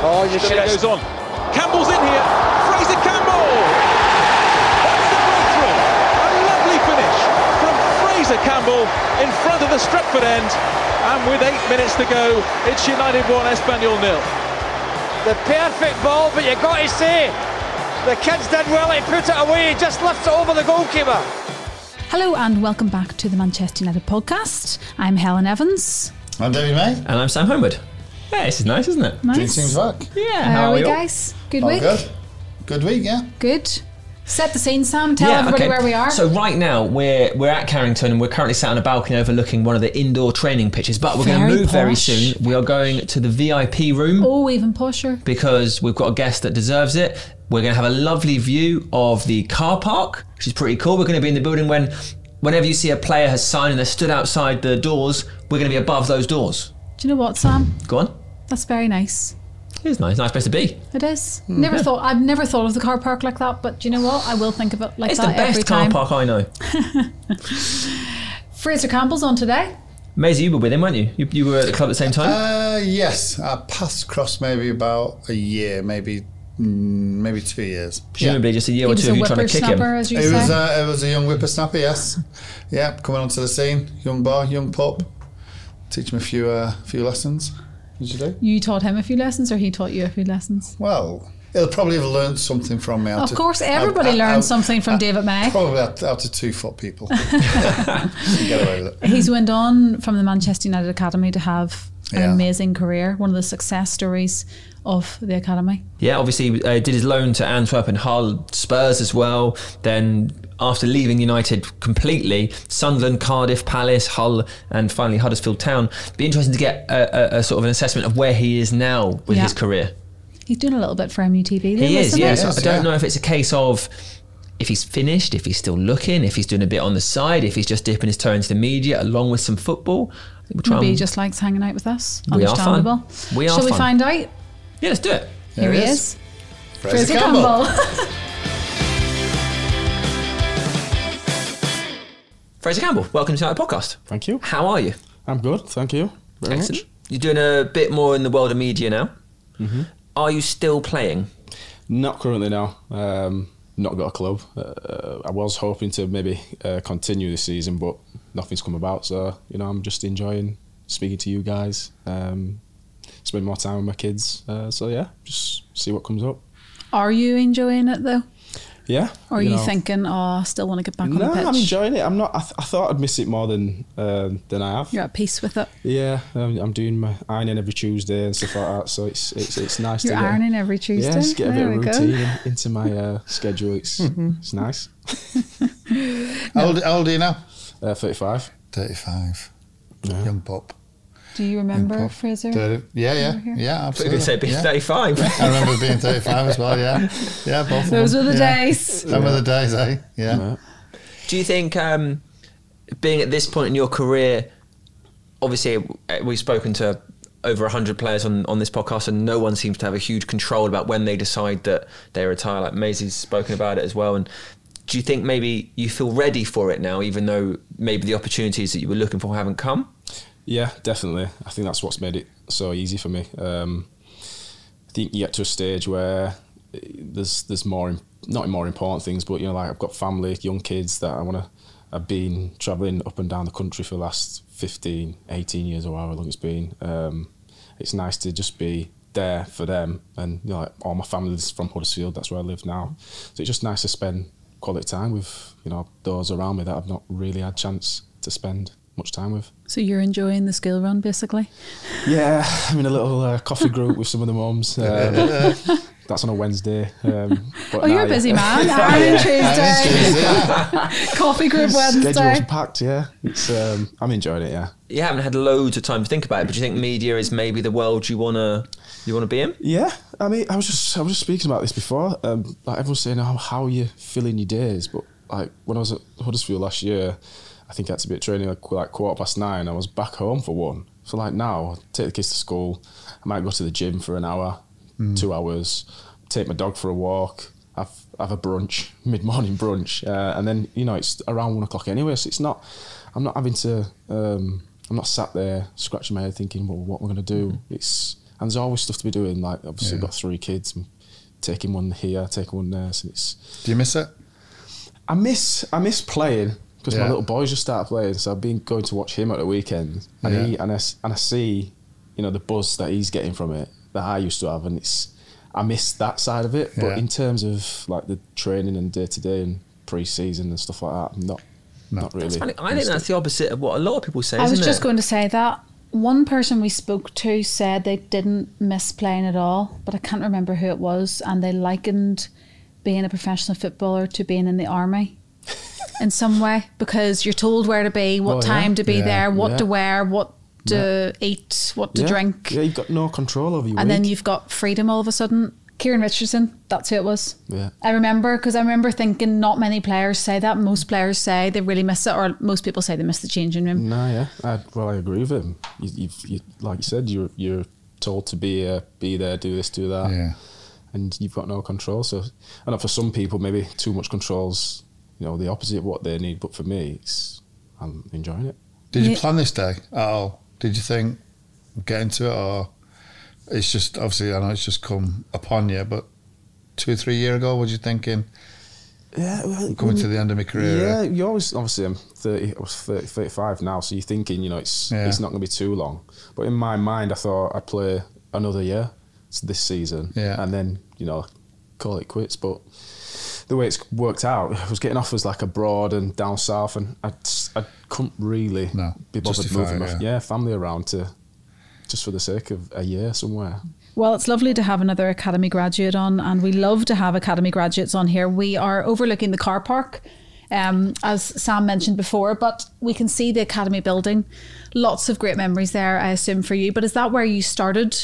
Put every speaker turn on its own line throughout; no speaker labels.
Oh, you should
It
have.
goes on. Campbell's in here. Fraser Campbell. That's the breakthrough. A lovely finish from Fraser Campbell in front of the Stretford end. And with eight minutes to go, it's United one, Espanyol nil.
The perfect ball, but you got to say, the kids did well. He put it away. He just lifts it over the goalkeeper.
Hello and welcome back to the Manchester United podcast. I'm Helen Evans.
I'm David May.
And I'm Sam Homeward. Yeah, this is nice, isn't it?
Nice.
Dream Team's work.
Yeah,
How are we,
all?
guys? Good
All
week.
good. Good week, yeah.
Good. Set the scene, Sam. Tell everybody where we are.
So right now we're we're at Carrington and we're currently sat on a balcony overlooking one of the indoor training pitches. But we're going
Very
to move very
posh.
soon. We are going to the VIP room
oh, even posher.
because we've got a guest that deserves it. We're going to have a lovely view of the car park, which is pretty cool. We're going to be in the building when whenever you see a player has signed and they're stood outside the doors, we're going to be above those doors.
Do you know what, Sam?
Go on.
That's very nice.
It's nice, nice place to be.
It is.
Hmm,
Never thought. I've never thought of the car park like that. But do you know what? I will think of it like
It's the
that every
best car
time.
park I know.
Fraser Campbell's on today.
Maisie, you were with him, weren't you? You, you were at the club at the same time.
Uh, yes, our paths crossed maybe about a year, maybe mm, maybe two years.
Presumably just a year
He
or
was
two
a
of you trying to kick him.
whippersnapper, as you
It
say.
was, uh, it was a young whippersnapper, yes. yeah, coming onto the scene. Young boy, young pup. Teach him a few uh, few lessons. Did you do?
you taught him a few lessons, or he taught you a few lessons.
Well, he'll probably have learned something from me. how
Of
to-
course,
how-
everybody
how-
learns
how-
something eh? from David May.
Probably how to, how to two foot people. Get away with it.
He's went on from the Manchester United Academy to have an
Yeah.
amazing career, one of the success stories of the academy.
Yeah, obviously uh, did his loan to Antwerp and Hull, Spurs as well. Then after leaving United completely, Sunderland, Cardiff, Palace, Hull, and finally Huddersfield Town. Be interesting to get a, a, a sort of an assessment of where he is now with
Yeah.
his career.
He's doing a little bit for MUTV.
He is,
isn't
yeah.
He
So
is,
I don't
yeah.
know if it's a case of if he's finished, if he's still looking, if he's doing a bit on the side, if he's just dipping his toe into the media along with some football. We'll try
Maybe he
and-
just likes hanging out with us.
Um, We are fun.
Understandable.
We are
Shall we
fun.
find out?
yeah, let's do it.
Here
There
he
he
is.
Fraser
Fraser Campbell.
Fraser Campbell, welcome to our podcast.
Thank you.
How are you?
I'm good. Thank you very
Excellent. Mm-hmm. You're doing a bit more in the world of media now. Are you still playing?
much. Not currently now. Um, not got a club. Uh, I was hoping to maybe uh, continue this season, but nothing's come about. So you know, I'm just enjoying speaking to you guys. Um, spend more time with my kids. Uh, so yeah, just see what comes up.
Are you enjoying it though?
Yeah.
Or are you,
know.
thinking, oh, I still want to get back on
No,
the pitch?
I'm enjoying it. I'm not. I, th- I thought I'd miss it more than um than I have.
You're at peace with it.
Yeah, um, I'm doing my ironing every Tuesday and stuff like that. So it's it's it's nice.
You're
to get-
ironing every Tuesday.
Yeah, just get a
there
bit of
we
routine
go. Mm-hmm.
in- into my uh, schedule. It's it's nice.
How old, how old are you now?
Uh, 35.
35. Young pup.
Do you remember
Improv.
Fraser?
30, yeah, yeah, yeah,
I
absolutely.
going to say being
yeah.
35.
I remember being 35 as well, yeah. Yeah, both of
Those
them.
were the
yeah.
days.
Some of the days, eh? Yeah.
Yeah.
Do you think um, being at this point in your career, obviously uh, we've spoken to over 100 players on, on this podcast and no one seems to have a huge control about when they decide that they retire. Like Maisie's spoken about it as well. And do you think maybe you feel ready for it now, even though maybe the opportunities that you were looking for haven't come?
Yeah, definitely. I think that's what's made it so easy for me. Um, I think you get to a stage where eh, there's there's more im- not more important things, but you know, like I've got family, young kids that I want to. I've been traveling up and down the country for the last 15, 18 years or however long it's been. Um, it's nice to just be there for them, and you know, like all my family's from Huddersfield. That's where I live now, so it's just nice to spend quality time with you know those around me that I've not really had chance to spend much time with.
So you're enjoying the skill run, basically.
Yeah, I'm in a little uh, coffee group with some of the mums. Um, that's on a Wednesday. Um, but
Oh,
nah,
you're a
yeah.
busy man. Ironing
That is
Tuesday,
Tuesday, yeah.
coffee group
Schedule's
Wednesday.
packed. Yeah, it's. Um, I'm enjoying it. Yeah.
You haven't had loads of time to think about it, but do you think media is maybe the world you wanna you wanna be in?
Yeah, I mean, I was just I was just speaking about this before. Um, like everyone's saying, how how are you filling your days? But like when I was at Huddersfield last year, I think I had to be at training like, qu- like quarter past nine. I was back home for one. So like now, I take the kids to school. I might go to the gym for an hour, two hours. Take my dog for a walk. Have have a brunch, mid morning brunch, uh, and then you know it's around one o'clock anyway. So it's not. I'm not having to. Um, I'm not sat there scratching my head thinking, well, what we're going to do. It's And there's always stuff to be doing. Like obviously,
Yeah.
I've got three kids. And taking one here, taking one there. So it's
Do you miss it?
I miss I miss playing because
Yeah.
my little boys just started playing. So I've been going to watch him at the weekend, and he
Yeah.
and I, s- and I see, you know, the buzz that he's getting from it that I used to have, and it's I miss that side of it.
Yeah.
But in terms of like the training and day to day and pre season and stuff like that, I'm not
No.
not really.
That's funny. I think that's the opposite of what a lot of people say.
I was
isn't
just
it?
going to say that one person we spoke to said they didn't miss playing at all, but I can't remember who it was, and they likened being a professional footballer to being in the army. in some way, because you're told where to be, what
Well, yeah.
time to be
Yeah,
there, what to
yeah.
wear, what to eat, what to
Yeah.
drink,
Yeah, you've got no control over your.
and then
week.
you've got freedom all of a sudden. Kieran Richardson, that's who it was.
Yeah.
I remember because I remember thinking not many players say that. Most players say they really miss it, or most people say they miss the changing room.
No, yeah. I, well, I agree with him. You, you've, you, like you said, you're you're told to be uh, be there, do this, do that,
Yeah.
and you've got no control. So, I know for some people, maybe too much controls, you know, the opposite of what they need. But for me, it's I'm enjoying it.
Did you
Yeah.
plan this day at all? Did you think get into it, or it's just obviously I know it's just come upon you, but two or three year ago, was you thinking
Yeah, well,
coming
Mm.
to the end of my career?
Yeah, you always obviously I'm 30, I was 30, 35 now, so you're thinking, you know, it's
Yeah.
it's not going to be too long. But in my mind, I thought I'd play another year, so this season,
Yeah.
and then you know, call it quits. But the way it's worked out, I was getting offers like abroad and down south, and I, just- I couldn't really
No,
be bothered
justify
moving
it,
my
yeah.
yeah, family around to just for the sake of a year somewhere.
Well, it's lovely to have another Academy graduate on, and we love to have Academy graduates on here. We are overlooking the car park, um, as Sam mentioned before, but we can see the Academy building. Lots of great memories there, I assume, for you. But is that where you started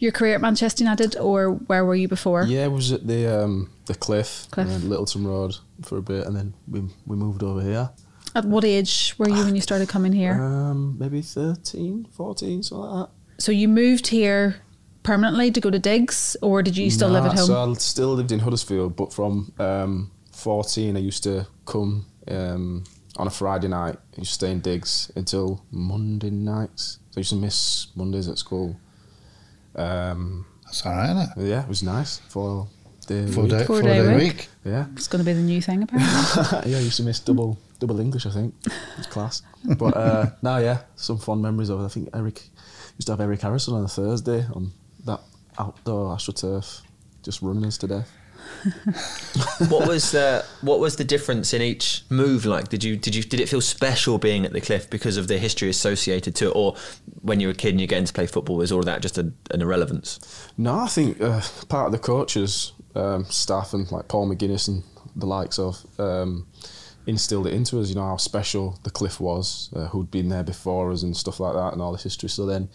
your career at Manchester United, or where were you before?
Yeah, we was at the um, the cliff,
Cliff.
and Littleton Road for a bit, and then we we moved over here.
At what age were you when you started coming here?
Um, maybe 13, 14, something like that.
so you moved here permanently to go to Diggs, or did you still live
Nah,
at home?
So I still lived in Huddersfield, but from um, 14, I used to come um, on a Friday night and just stay in digs until Monday nights. So I used to miss Mondays at school. Um,
That's all right, isn't it?
yeah, it was nice. Four day
Four
week.
day,
Four
four
day
day,
week.
week.
Yeah.
it's going to be the new thing, apparently.
yeah, I used to miss double double English, I think. It's class. But uh, now, yeah, some fond memories of it. I think Eric used to have Eric Harrison on a Thursday on that outdoor astroturf, just running us to death.
what was the what was the difference in each move like? Did you did you did it feel special being at the cliff because of the history associated to it, or when you were a kid and you're getting to play football, was all of that just a, an irrelevance?
No, I think uh, part of the coaches, um, staff, and like Paul McGuinness and the likes of um, instilled it into us. You know how special the cliff was, uh, who'd been there before us, and stuff like that, and all this history. So then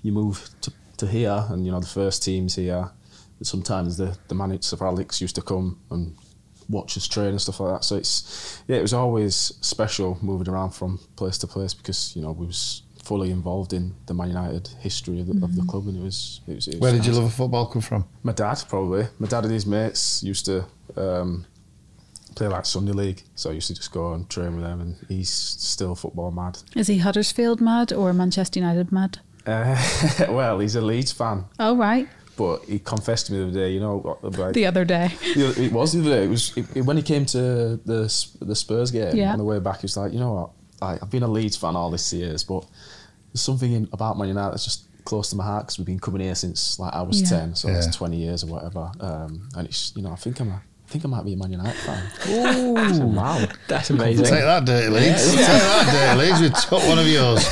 you move to, to here, and you know the first teams here. Sometimes the the manager Sir Alex used to come and watch us train and stuff like that. So it's yeah, it was always special moving around from place to place because you know we was fully involved in the Man United history of the, of the club, and it was it was. It was
Where did you
nice.
love of football come from?
My dad probably. My dad and his mates used to um, play like Sunday league, so I used to just go and train with them. And he's still football mad.
is he Huddersfield mad or Manchester United mad?
Uh, well, he's a Leeds fan,
Oh, right.
but he confessed to me the other day. You know, what about
The other day.
The other- it was the other day. It was it, it- when he came to the S- the Spurs game
Yeah.
on the way back. He was like, you know what? I, I've been a Leeds fan all these years, but there's something in, about Man United that's just close to my heart because we've been coming here since like I was
Yeah.
ten, so
Yeah.
that's twenty years or whatever. Um, and it's you know I think I'm a, I think I might be a Man United fan. So, wow,
That's
Take
amazing.
that, Dirty Leeds. Take that, Dirty Leeds. We took one of yours.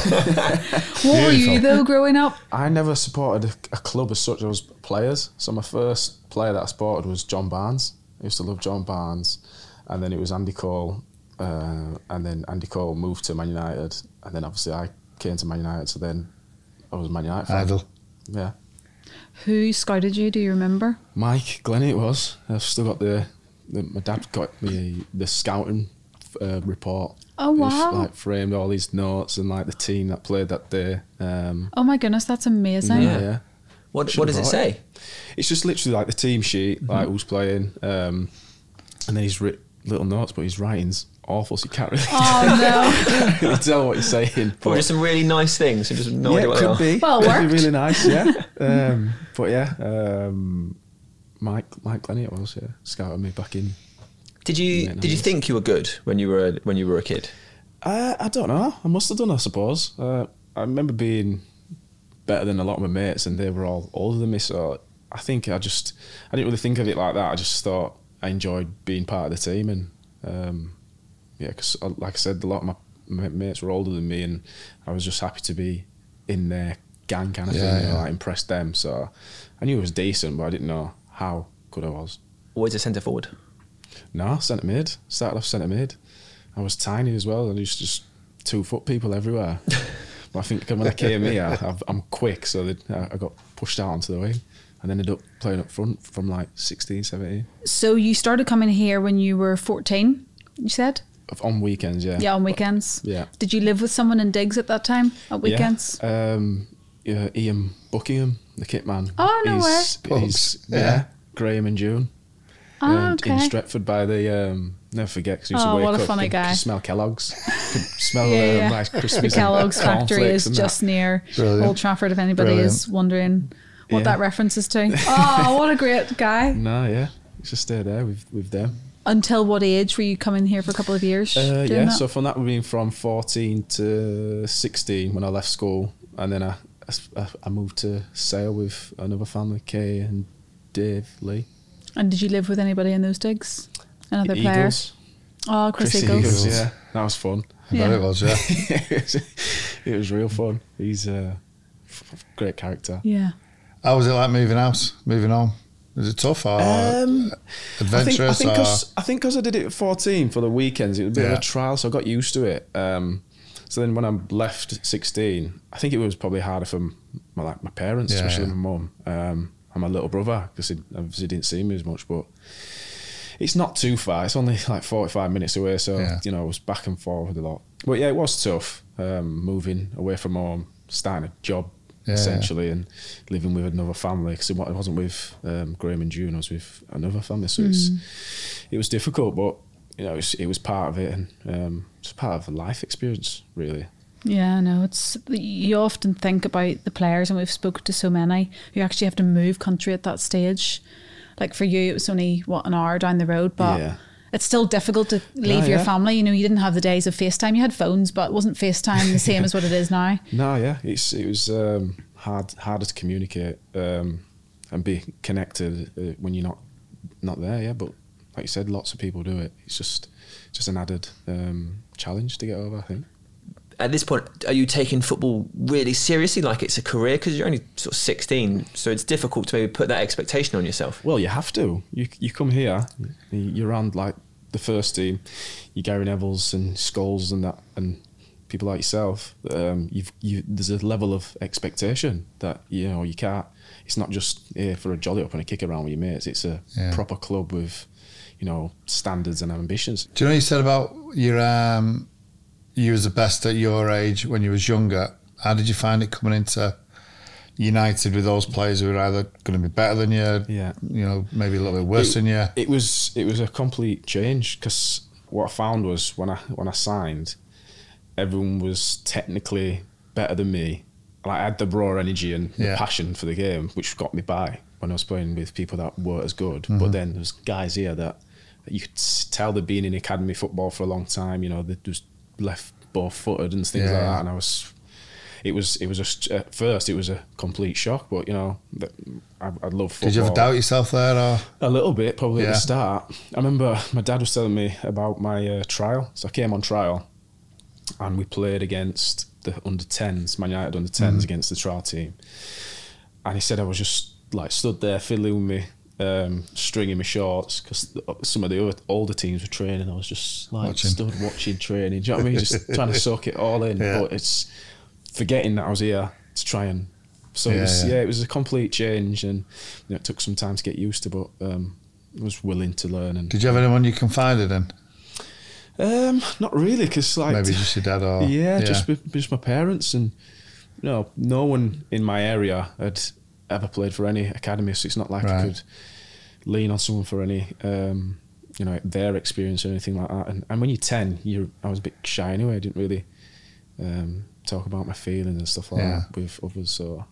What were you
Beautiful.
though growing up?
I never supported a, a club as such. I was players. So my first player that I supported was John Barnes. I used to love John Barnes, and then it was Andy Cole, uh, and then Andy Cole moved to Man United, and then obviously I came to Man United. So then I was a Man United fan.
Idol.
Yeah,
Who scouted you? Do you remember?
Mike Glennie it was. I've still got the, the my dad got me the scouting uh, report.
Oh,
He's,
wow.
like framed all these notes and like the team that played that day. Um,
Oh my goodness, that's amazing.
Yeah.
yeah.
What what does it say?
It's just literally like the
Mm-hmm.
team sheet, like who's playing, um, and then he's writ little notes, but his writings awful, so you can't really
Oh no!
really tell what you're saying.
Or
but-
just some really nice things. and just no
yeah,
idea what
it
they
could
are.
be.
Well, it
That'd be
worked.
really nice, yeah. Um, but yeah, um, Mike Mike Glennie it was, yeah. Scouted me back in.
Did you
Yeah,
did you
nice.
think you were good when you were when you were a kid?
Uh, I don't know. I must have done, I suppose. Uh, I remember being better than a lot of my mates, and they were all older than me. So I think I just I didn't really think of it like that. I just thought I enjoyed being part of the team, and um, yeah, because like I said, a lot of my ma- mates were older than me, and I was just happy to be in their gang kind of
Yeah,
thing. you know,
yeah.
Like impress them. So I knew I was decent, but I didn't know how good I was.
Always a centre forward.
No, centre mid. Started off centre mid. I was tiny as well. and used to just two foot people everywhere. but I think when I came here, I've, I'm quick, so that- I I got pushed out onto the wing and ended up playing up front from like 16, 17.
so you started coming here when you were fourteen. You said,
On weekends, yeah.
yeah, on weekends.
Yeah.
Did you live with someone in digs at that time at
Yeah.
weekends?
Um, yeah, Ian Buckingham, the kit man.
Oh, no
he's,
way.
he's-
Bucks, yeah.
yeah. Graham and June. um,
Oh,
in- in
okay.
Stretford by the um, never forget because he used
Oh,
to wake
what a
up
funny
and
guy.
could smell Kellogg's, could smell
Yeah, yeah.
um, nice Krispies.
The
and
Kellogg's factory
cornflakes
is
and that.
just near
Brilliant.
Old Trafford. If anybody is
Brilliant.
wondering what
Yeah.
that reference is to, oh, what a great guy!
No, yeah, just stay there with with them.
Until what age were you coming here for a couple of years?
Uh,
doing
yeah,
that?
so from that would been from fourteen to sixteen when I left school, and then I I s- I, I moved to Sale with another family, Kay and Dave Lee,
and did you live with anybody in those digs? Another player?
E- Eagles,
Oh, Chris,
Chris
Eagles.
Eagles, yeah, that was fun.
I bet
Yeah.
it was, yeah.
it was- it was real fun. He's a f- f- great character.
Yeah.
How was it like moving house, moving on? Was it tough or
Um, I
adventurous?
think
or,
because I, think 'cause I did it at 14 for the weekends, it was a bit of
Yeah.
a trial, so I got used to it. Um, so then when I left at 16, I think it was probably harder for m- my like my parents,
Yeah,
especially
yeah.
my mum um, and my little brother, because he obviously didn't see me as much. But it's not too far; it's only like 45 minutes away. So
Yeah.
you know, I was back and forward a lot. But yeah, it was tough um, moving away from home, starting a job.
Yeah, yeah.
essentially actually and living with another family because it wa- it wasn't with um, Graham and June, I was with another family. So it's, it was difficult, but you know, it was, it was part of it and um, it's part of a life experience, really.
Yeah, no, it's you often think about the players, and we've spoken to so many who actually have to move country at that stage. Like for you, it was only what an hour down the road, but
Yeah.
it's still difficult to leave your
yeah.
family. You know, you didn't have the days of FaceTime; you had phones, but it wasn't FaceTime the same as what it is now.
No, yeah, it's it was um, hard harder to communicate um, and be connected uh, when you're not not there. Yeah, but like you said, lots of people do it. It's just just an added um, challenge to get over. I think.
At this point, are you taking football really seriously, like it's a career? Because you're only sort of 16, so it's difficult to maybe put that expectation on yourself.
Well, you have to. You you come here, you- you're around like the first team, you Gary Neville's and Skulls and that, and people like yourself. Um, you've you there's a level of expectation that you know you can't. It's not just here for a jolly up and a kick around with your mates. It's a
Yeah.
proper club with, you know, standards and ambitions.
Do you know what you said about your um, you was the best at your age when you was younger? How did you find it coming into United with those players who were either going to be better than you,
Yeah.
you know, maybe a little bit worse
it,
than you?
It was it was a complete change because what I found was when I when I signed, everyone was technically better than me. Like I had the raw energy and the
Yeah.
passion for the game, which got me by when I was playing with people that weren't as good.
Mm-hmm.
But then there's guys here that, that you could s- tell they'd been in academy football for a long time. You know, they just left both footed and things like
Yeah.
that. And I was it was it was just at first it was a complete shock, but you know that I, I love football.
Did you ever doubt yourself there? Or
A little bit, probably at
Yeah.
the start. I remember my dad was telling me about my uh, trial. So I came on trial and we played against the under 10s, Man United under
Mm-hmm.
10s against the trial team. And he said I was just like stood there fiddling with me, um, stringing my shorts because some of the other, older teams were training. I was just like
Watching.
stood watching training. Do you know what I mean? Just trying to soak it all in.
Yeah.
But it's forgetting that I was here to try and. So it
Yeah,
was,
yeah.
yeah, it was a complete change, and you know, it took some time to get used to, but um, was willing to learn. And
did you have anyone you confided in?
um, not really, because like
Maybe just uh, your dad or
yeah, just with- just my parents, and you know, no one in my area had ever played for any academy, so it's not like I
Right.
could lean on someone for any um, you know their experience or anything like that. And, and when you're ten, you I was a bit shy anyway. I didn't really um, talk about my feelings and stuff like
Yeah.
that with others. So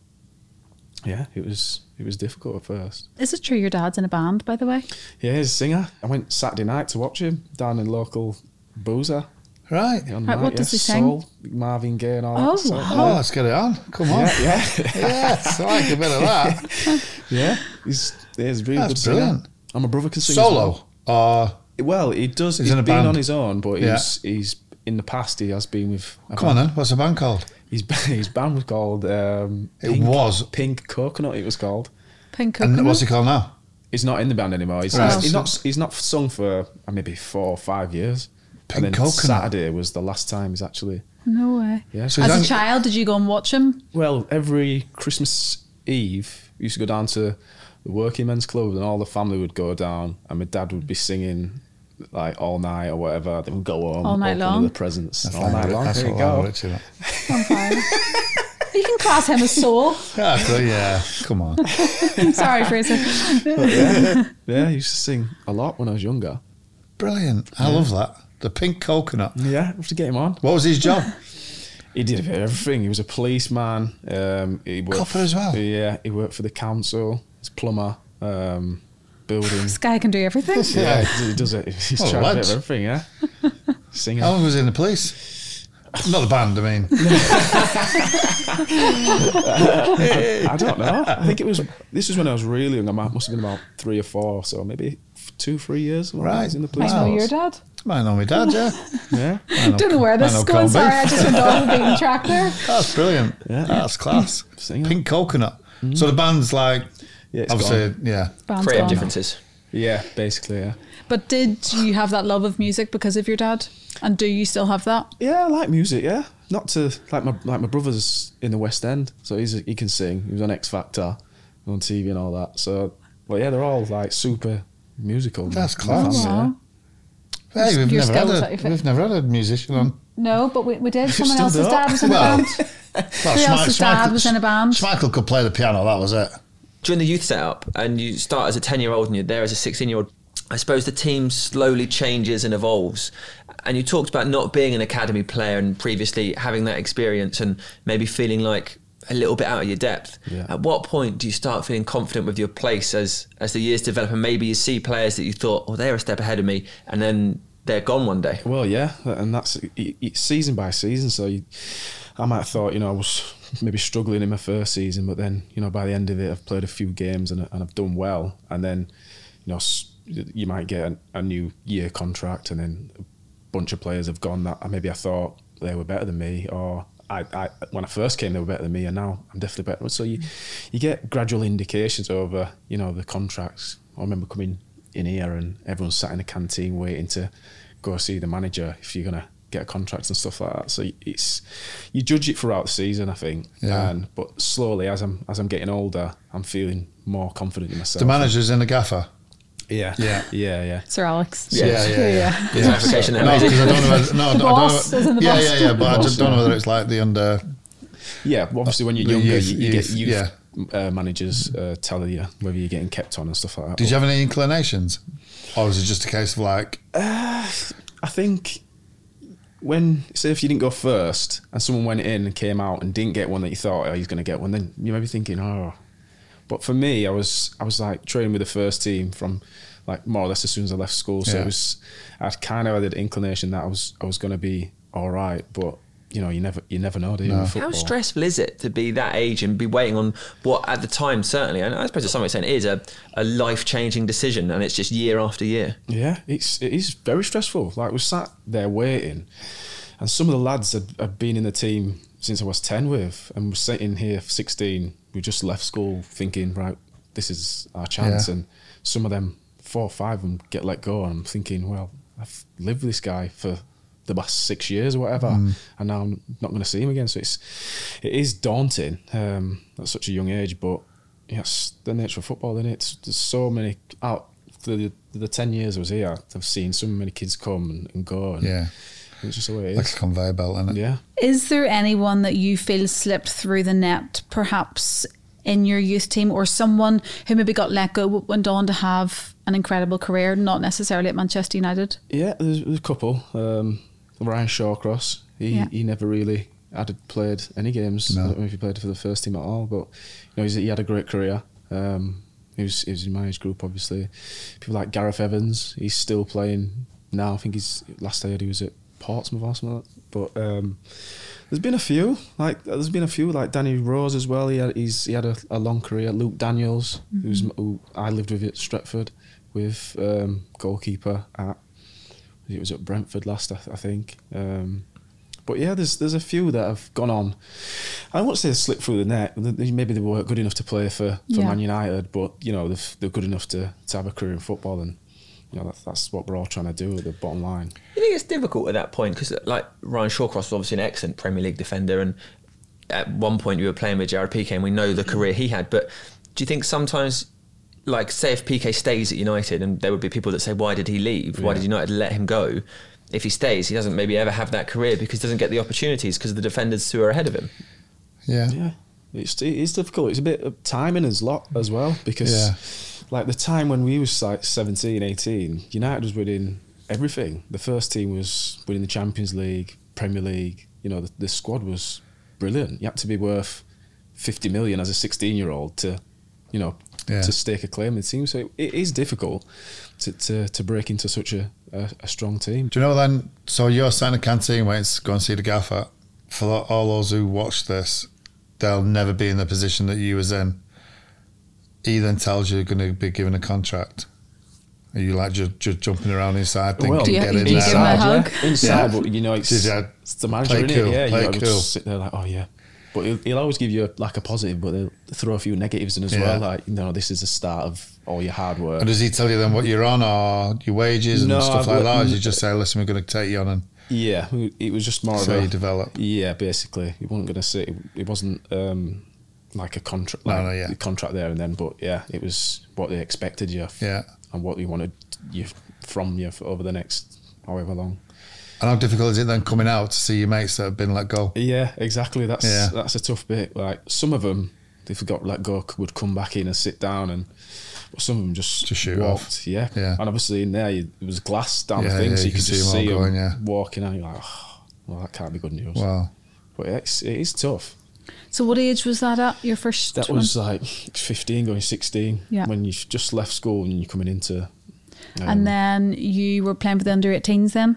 yeah, it was it was difficult at first.
Is it true your dad's in a band, by the way?
Yeah, he's a singer. I went Saturday night to watch him down in local boozer.
Right.
On
Right,
night,
what
yeah,
does he sing?
Soul, Marvin Gaye and all
Oh,
that. stuff.
Oh, let's get it on. Come on.
Yeah, yeah,
yes, I like a bit of that.
yeah. He's, he's a really
That's
good singer.
brilliant.
And my brother can sing as
Solo. Uh, Or
Well, he does.
He's
He's,
in a
been
band.
on his own, but
Yeah.
he's he's in the past. He has been with. a
come on
band.
then, what's the band called?
His his band was called. Um,
It was.
Pink Coconut. It was called.
Pink
And what's
Coconut?
it called now?
He's not in the band anymore. He's,
Right.
he's, he's not. He's not sung for uh, maybe four or five years.
Pink
and then
Coconut.
Saturday was the last time he's actually.
No way.
Yeah.
So
As
Don't-
a child, did you go and watch him?
Well, every Christmas Eve, we used to go down to the working men's club, and all the family would go down, and my dad would be singing like all night or whatever. Then we'd go home,
All night
open
long?
the presents all
like
night
it.
long.
That's
There you
what I
go.
like, isn't it?
You can class him as soul.
Yeah, so Ah, yeah, come on.
Sorry, Fraser.
Yeah, I used to sing a lot when I was younger.
Brilliant. I love that. The pink coconut.
Yeah, I have to get him on.
What was his job?
He did a bit of everything. He was a policeman. Um, he worked
Copper as well?
Yeah, he worked for the council. He's a plumber. Um, building.
This guy can do everything.
yeah, he does it. He's
Oh,
tried a bit
lads.
of everything. Yeah, singing.
How long was he in the police? Not the band, I mean.
I don't know. I think it was. This was when I was really young. I might- must have been about three or four, so maybe f- two, three years. when I was
Right.
in the police.
I know
force.
your dad.
Might know my dad, yeah.
Yeah,
Don't know where
I
this
know
is going.
Colby.
Sorry, I just went off the beaten track there.
That's brilliant.
Yeah.
That's class.
Sing it.
Pink coconut. So the band's like,
yeah. It's
obviously,
gone.
yeah.
Band's
Creative
gone.
differences.
Yeah, basically. Yeah.
But did you have that love of music because of your dad? And do you still have that?
Yeah, I like music. Yeah, not to like my like my brother's in the West End, so he's he can sing. He was on X Factor, on TV and all that. So, but yeah, they're all like super musical.
That's
My
class.
family, yeah.
Wow.
Hey, we've
Your
never, had
skills that you
a,
fit.
we've never had a musician on.
No, but we, we did. Someone
Still
else's
don't.
dad was in
Well,
the band.
Well,
Who else's dad was in a band?
Schmeichel could play the piano, that was it.
during the youth setup and you start as a 10 year old and you're there as a 16 year old i suppose the team slowly changes and evolves and you talked about not being an academy player and previously having that experience and maybe feeling like a little bit out of your depth
Yeah.
at what point do you start feeling confident with your place as as the years develop and maybe you see players that you thought oh they're a step ahead of me and then they're gone one day
Well, yeah, and that's it, it's season by season. So you, I might have thought, you know, I was maybe struggling in my first season, but then, you know, by the end of it, I've played a few games and, and I've done well. And then, you know, s- you might get a, a new year contract, and then a bunch of players have gone that maybe I thought they were better than me, or I, I when I first came they were better than me, and now I'm definitely better. So you you get gradual indications over, you know, the contracts. I remember coming in here and everyone sat in a canteen waiting to go see the manager if you're gonna get a contract and stuff like that. So it's you judge it throughout the season, I think.
Yeah.
And but slowly as I'm as I'm getting older, I'm feeling more confident in myself.
The manager's in the gaffer.
Yeah.
Yeah.
Yeah, yeah.
Sir Alex.
Yeah.
Yeah, yeah.
There's an application there,
No,
maybe.
'cause I don't know. Whether, no, I don't- I don't
boss
know.
is in the
yeah,
boss.
yeah, yeah. But I
The
just
boss,
don't know
yeah.
whether it's like the under.
Yeah, well, obviously when you're
The
younger,
youth-
you, you
youth,
get youth
yeah.
uh, managers uh, tell you whether you're getting kept on and stuff like that.
Did
But
you have any inclinations, or was it just a case of like,
I think when say if you didn't go first and someone went in and came out and didn't get one that you thought oh he's going to get one, then you may be thinking oh. But for me, I was I was like training with the first team from like more or less as soon as I left school, so
Yeah.
it was I'd kind of had an inclination that I was I was going to be all right, but you know you never you never know do you, in
How
football?
stressful is it to be that age and be waiting on what, at the time, certainly, and I suppose to some extent, is a, a life changing decision and it's just year after year?
Yeah, it's it is very stressful. Like we sat there waiting, and some of the lads had, had been in the team since I was ten with, and we're sitting here for sixteen. We just left school thinking, right, this is our chance,
Yeah.
and some of them, four or five of them, get let go, and I'm thinking, well, I've lived with this guy for the last six years or whatever,
Mm.
and now I'm not going to see him again. So it's it is daunting um, at such a young age, but yes, the nature of football, in it, It's- there's so many out the the ten years I was here, I've seen so many kids come and, and go, and
yeah,
it's just the way it
like a
is.
conveyor belt, innit?
Yeah,
Is there anyone that you feel slipped through the net, perhaps in your youth team, or someone who maybe got let go but went on to have an incredible career, not necessarily at Manchester United.
Yeah, there's, there's a couple. Um, Ryan Shawcross, he,
Yeah.
he never really had played any games. I
No.
don't know if he played for the first team at all, but you know he's, he had a great career. Um, he was he was in my age group, obviously. People like Gareth Evans, he's still playing now. I think he's last I heard he was at Portsmouth or something. Like that. But um, there's been a few like there's been a few like Danny Rose as well. He had he's, he had a, a long career. Luke Daniels, who's who I lived with at Stretford, with um, goalkeeper at it was at Brentford last, I, th- I think. Um, but yeah, there's there's a few that have gone on. I won't say they slipped through the net. Th- th- Maybe they weren't good enough to play for, for
Yeah.
Man United, but you know they've, they're good enough to, to have a career in football, and you know that's, that's what we're all trying to do at the bottom line.
You think it's difficult at that point because, like Ryan Shawcross was obviously an excellent Premier League defender, and at one point you were playing with Jared Piqué, and we know the career he had. But do you think sometimes, like, say if Piqué stays at United, and there would be people that say, "Why did he leave? Why
Yeah.
did United let him go?" If he stays, he doesn't maybe ever have that career because he doesn't get the opportunities because of the defenders who are ahead of him.
Yeah.
Yeah, it's it's difficult. It's a bit of timing as lot as well because
Yeah.
like the time when we was like 17, 18, United was winning everything. The first team was winning the Champions League, Premier League. You know, the, the squad was brilliant. You had to be worth fifty million as a sixteen-year-old to, you know,
Yeah.
to stake a claim in the team. So it, it is difficult to, to to break into such a, a, a strong team.
Do you know then? So you're sat in a canteen waiting to go and see the gaffer. For tho- all those who watch this, they'll never be in the position that you was in. He then tells you you're going to be given a contract. Are you like just, just jumping around inside thinking,
Well,
Do you-
get
you
in
give
there?
him a
now?"
hug?
Yeah. Inside,
Yeah.
but you know, it's,
Did you-
it's the manager,
play
innit?
cool,
Yeah,
play
you know,
cool.
just sit there like, oh yeah. But he'll, he'll always give you like a positive, but they'll throw a few negatives in as well.
Yeah.
Like, no, this is the start of all your hard work.
Or does he tell you then what you're on or your wages and
No,
stuff like
I've
that? Or
written-
does he just say, listen, we're going to take you on and
Yeah, it was just more
So
of a
you develop.
Yeah, basically, it wasn't going to sit. It, it wasn't um, like a contract.
No,
Like
no, yeah.
a contract there and then, but yeah, it was what they expected you. f-
Yeah.
and what they wanted you f- from you for over the next however long.
And how difficult is it then coming out to see your mates that have been let go?
Yeah, exactly. That's
Yeah.
that's a tough bit. Like some of them, if they got let go, c- would come back in and sit down, and but some of them just
Just shoot
walked.
off.
Yeah,
Yeah,
And obviously in there, you, it was glass down
Yeah,
the thing,
yeah,
so you,
you
could
can
just
see 'em
see them
all going, yeah.
walking out. You're like, oh, well, that can't be good news.
Wow.
But yeah, it's, it is tough.
So, what age was that at? Your first
That
one?
was like 15 going 16
Yeah.
when you've just left school and you're coming into. um,
and then you were playing for the under 18s then?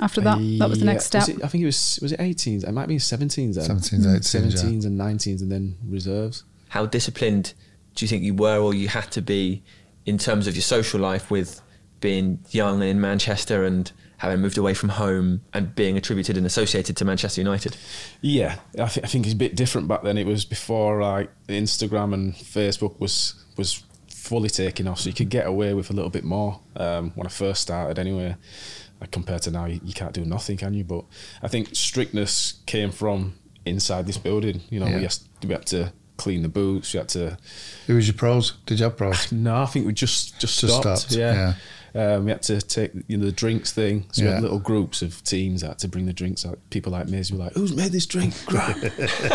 After that, that was the
yeah,
next step.
it- uh, I think it was was it 18s. It might be 17s then.
17s, 18s, yeah.
17s and 19s and then reserves.
How disciplined do you think you were or you had to be in terms of your social life with being young and in Manchester and having moved away from home and being attributed and associated to Manchester United?
Yeah, I, th- I think it's a bit different back then. It was before like Instagram and Facebook was was fully taking off, so you could get away with a little bit more um, when I first started. Anyway, like, compared to now, you, you can't do nothing, can you? But I think strictness came from inside this building. You know,
Yeah.
we, has, we had to clean the boots. We had to.
Who was your pros? Did you have pros?
No, I think we just just
Just
stopped.
stopped,
Yeah. Um, we had to take you know the drinks thing. So we
Yeah.
had little groups of teams that had to bring the drinks out. People like me who were like, "Who's made this drink?" Grab. so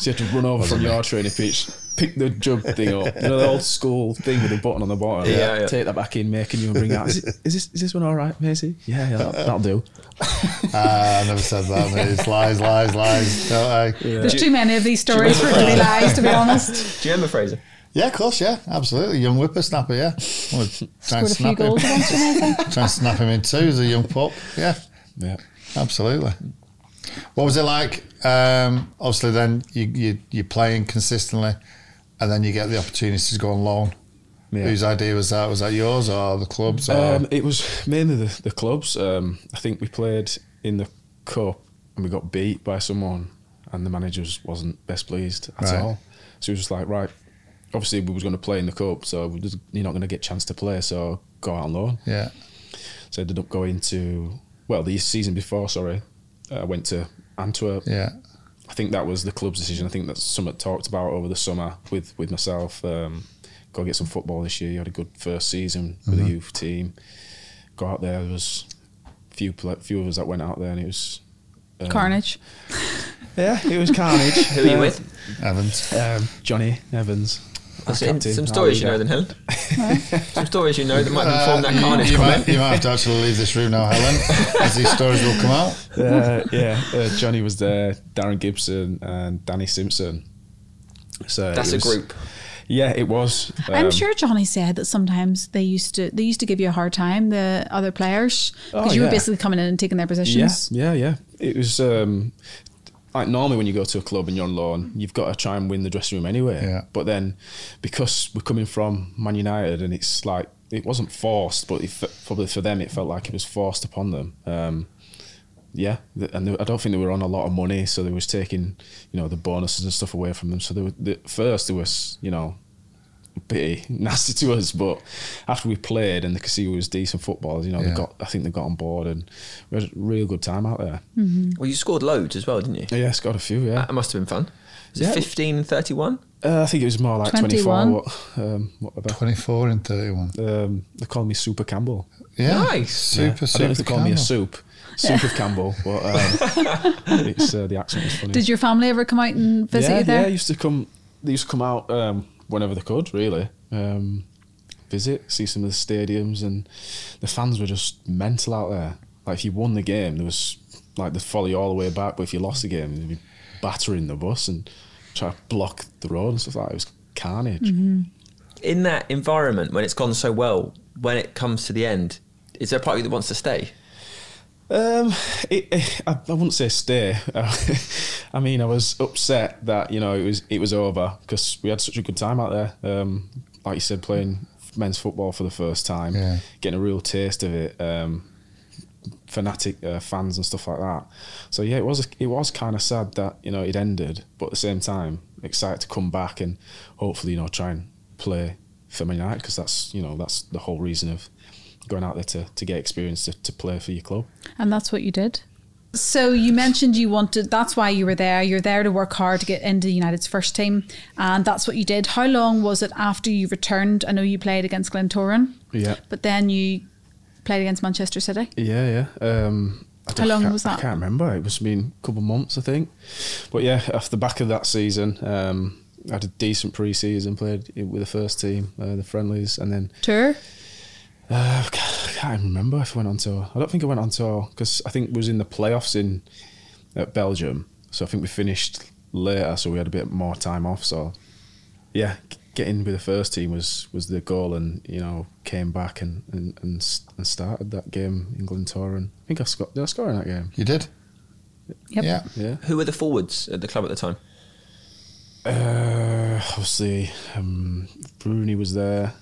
you had to run over from your training pitch, pick the jug thing up, you know the old school thing with the button on the bottom.
Yeah, yeah.
Take that back in, make a new and bring it out. Is, it, is this is this one all right, Maisie? Yeah, yeah, that'll, that'll do.
ah, I never said that. Mate. It's lies, lies, lies. Don't I? Yeah.
There's too many of these stories for it to be lies, to be honest.
Do you remember Fraser?
of course, yeah, absolutely. Young whippersnapper, yeah. I would try
Scored a few
and snap him.
goals eh? once, you know, I think.
Try and snap him in two as a young pup. Yeah,
Yeah.
absolutely. What was it like? Um, obviously, then you, you you're playing consistently, and then you get the opportunity to go on loan.
Yeah.
Whose idea was that? Was that yours or the club's? Or?
Um, it was mainly the, the clubs. Um, I think we played in the cup and we got beat by someone, and the manager was- wasn't best pleased at
Right.
all. So he was just like, right, obviously we was going to play in the cup, so we just, you're not going to get a chance to play, so go out on loan.
yeah,
So I ended up going to well the season before. Sorry, I went to Antwerp.
yeah,
I think that was the club's decision. I think that's something talked about over the summer with with myself. Um, go get some football this year. You had a good first season with the youth team. Go out there. There was few pla few of us that went out there, and it was Um,
Carnage.
yeah, it was carnage.
Who are you with?
Evans.
Um, Johnny Evans. our
Some
captain,
some
our
stories you know
leader.
then, Helen. Some stories you know that might inform that
Uh, you,
Cardiff
you
comment.
might, you might have to actually leave this room now, Helen, as these stories will come out.
uh, yeah, uh, Johnny was there, Darren Gibson and Danny Simpson. So
That's
it
a
was-
group.
Yeah, it was.
I'm
Um,
sure Johnny said that sometimes they used to they used to give you a hard time the other players
Oh,
because you were
yeah.
basically coming in and taking their positions.
Yeah, yeah, yeah. It was um, like normally when you go to a club and you're on loan, you've got to try and win the dressing room anyway.
Yeah.
But then because we're coming from Man United and it's like it wasn't forced, but it, fe- probably for them it felt like it was forced upon them. Um, yeah, th- and they, I don't think they were on a lot of money, so they was taking you know the bonuses and stuff away from them. So they were the, first they was you know pretty nasty to us, but after we played and they could see we was decent footballers, you know,
Yeah.
they got I think they got on board and we had a real good time out there.
Hmm.
Well, you scored loads as well, didn't you?
Yeah, it's got a few. Yeah,
That must have been fun. Was
Yeah.
it 15 and 31?
uh, I think it was more like twenty four.
21.
What, um, what about?
24 and 31.
Um, they call me Super Campbell.
Yeah.
Nice.
Super,
Yeah. I
super.
don't know if they call me a
Campbell.
soup, soup of Campbell, but um, it's uh, the accent is funny.
Did your family ever come out and visit
yeah,
you
yeah,
there?
used to come. They used to come out um, whenever they could, really. Um, visit, see some of the stadiums, and the fans were just mental out there. Like if you won the game, there was like the follow you all the way back. But if you lost the game, they'd be battering the bus and try to block the road and stuff like that. It was carnage.
In that environment, when it's gone so well, when it comes to the end, is there a part of you that wants to stay?
Um, it, it, I, I wouldn't say stay. I mean, I was upset that you know it was it was over because we had such a good time out there. Um, like you said, playing men's football for the first time,
Yeah.
getting a real taste of it. Um, fanatic uh, fans and stuff like that. So yeah, it was it was kind of sad that you know it ended, but at the same time, excited to come back and hopefully you know try and play for Man United because that's you know that's the whole reason of going out there to, to get experience to, to play for your club.
And that's what you did. So you mentioned you wanted that's why you were there. You're there to work hard to get into United's first team and that's what you did. How long was it after you returned? I know you played against Glentoran.
Yeah.
But then you played against Manchester City.
Yeah, yeah. Um, I
How long
can't-
was that?
I can't remember. It must have been a couple of months, I think. But yeah, off the back of that season, um, I had a decent pre-season, played i- with the first team, uh, the friendlies, and then
Tour?
uh, I can't- I can't remember if I went on tour. I don't think I went on tour because I think we was in the playoffs in at Belgium, so I think we finished later, so we had a bit more time off. So yeah, g- getting with the first team was was the goal, and you know came back and and and, s- and started that game England tour, and I think I scored. Did I score in that game?
You did?
Yep.
Yeah.
Yeah.
Who were the forwards at the club at the time?
Uh, obviously, um, Bruni was there.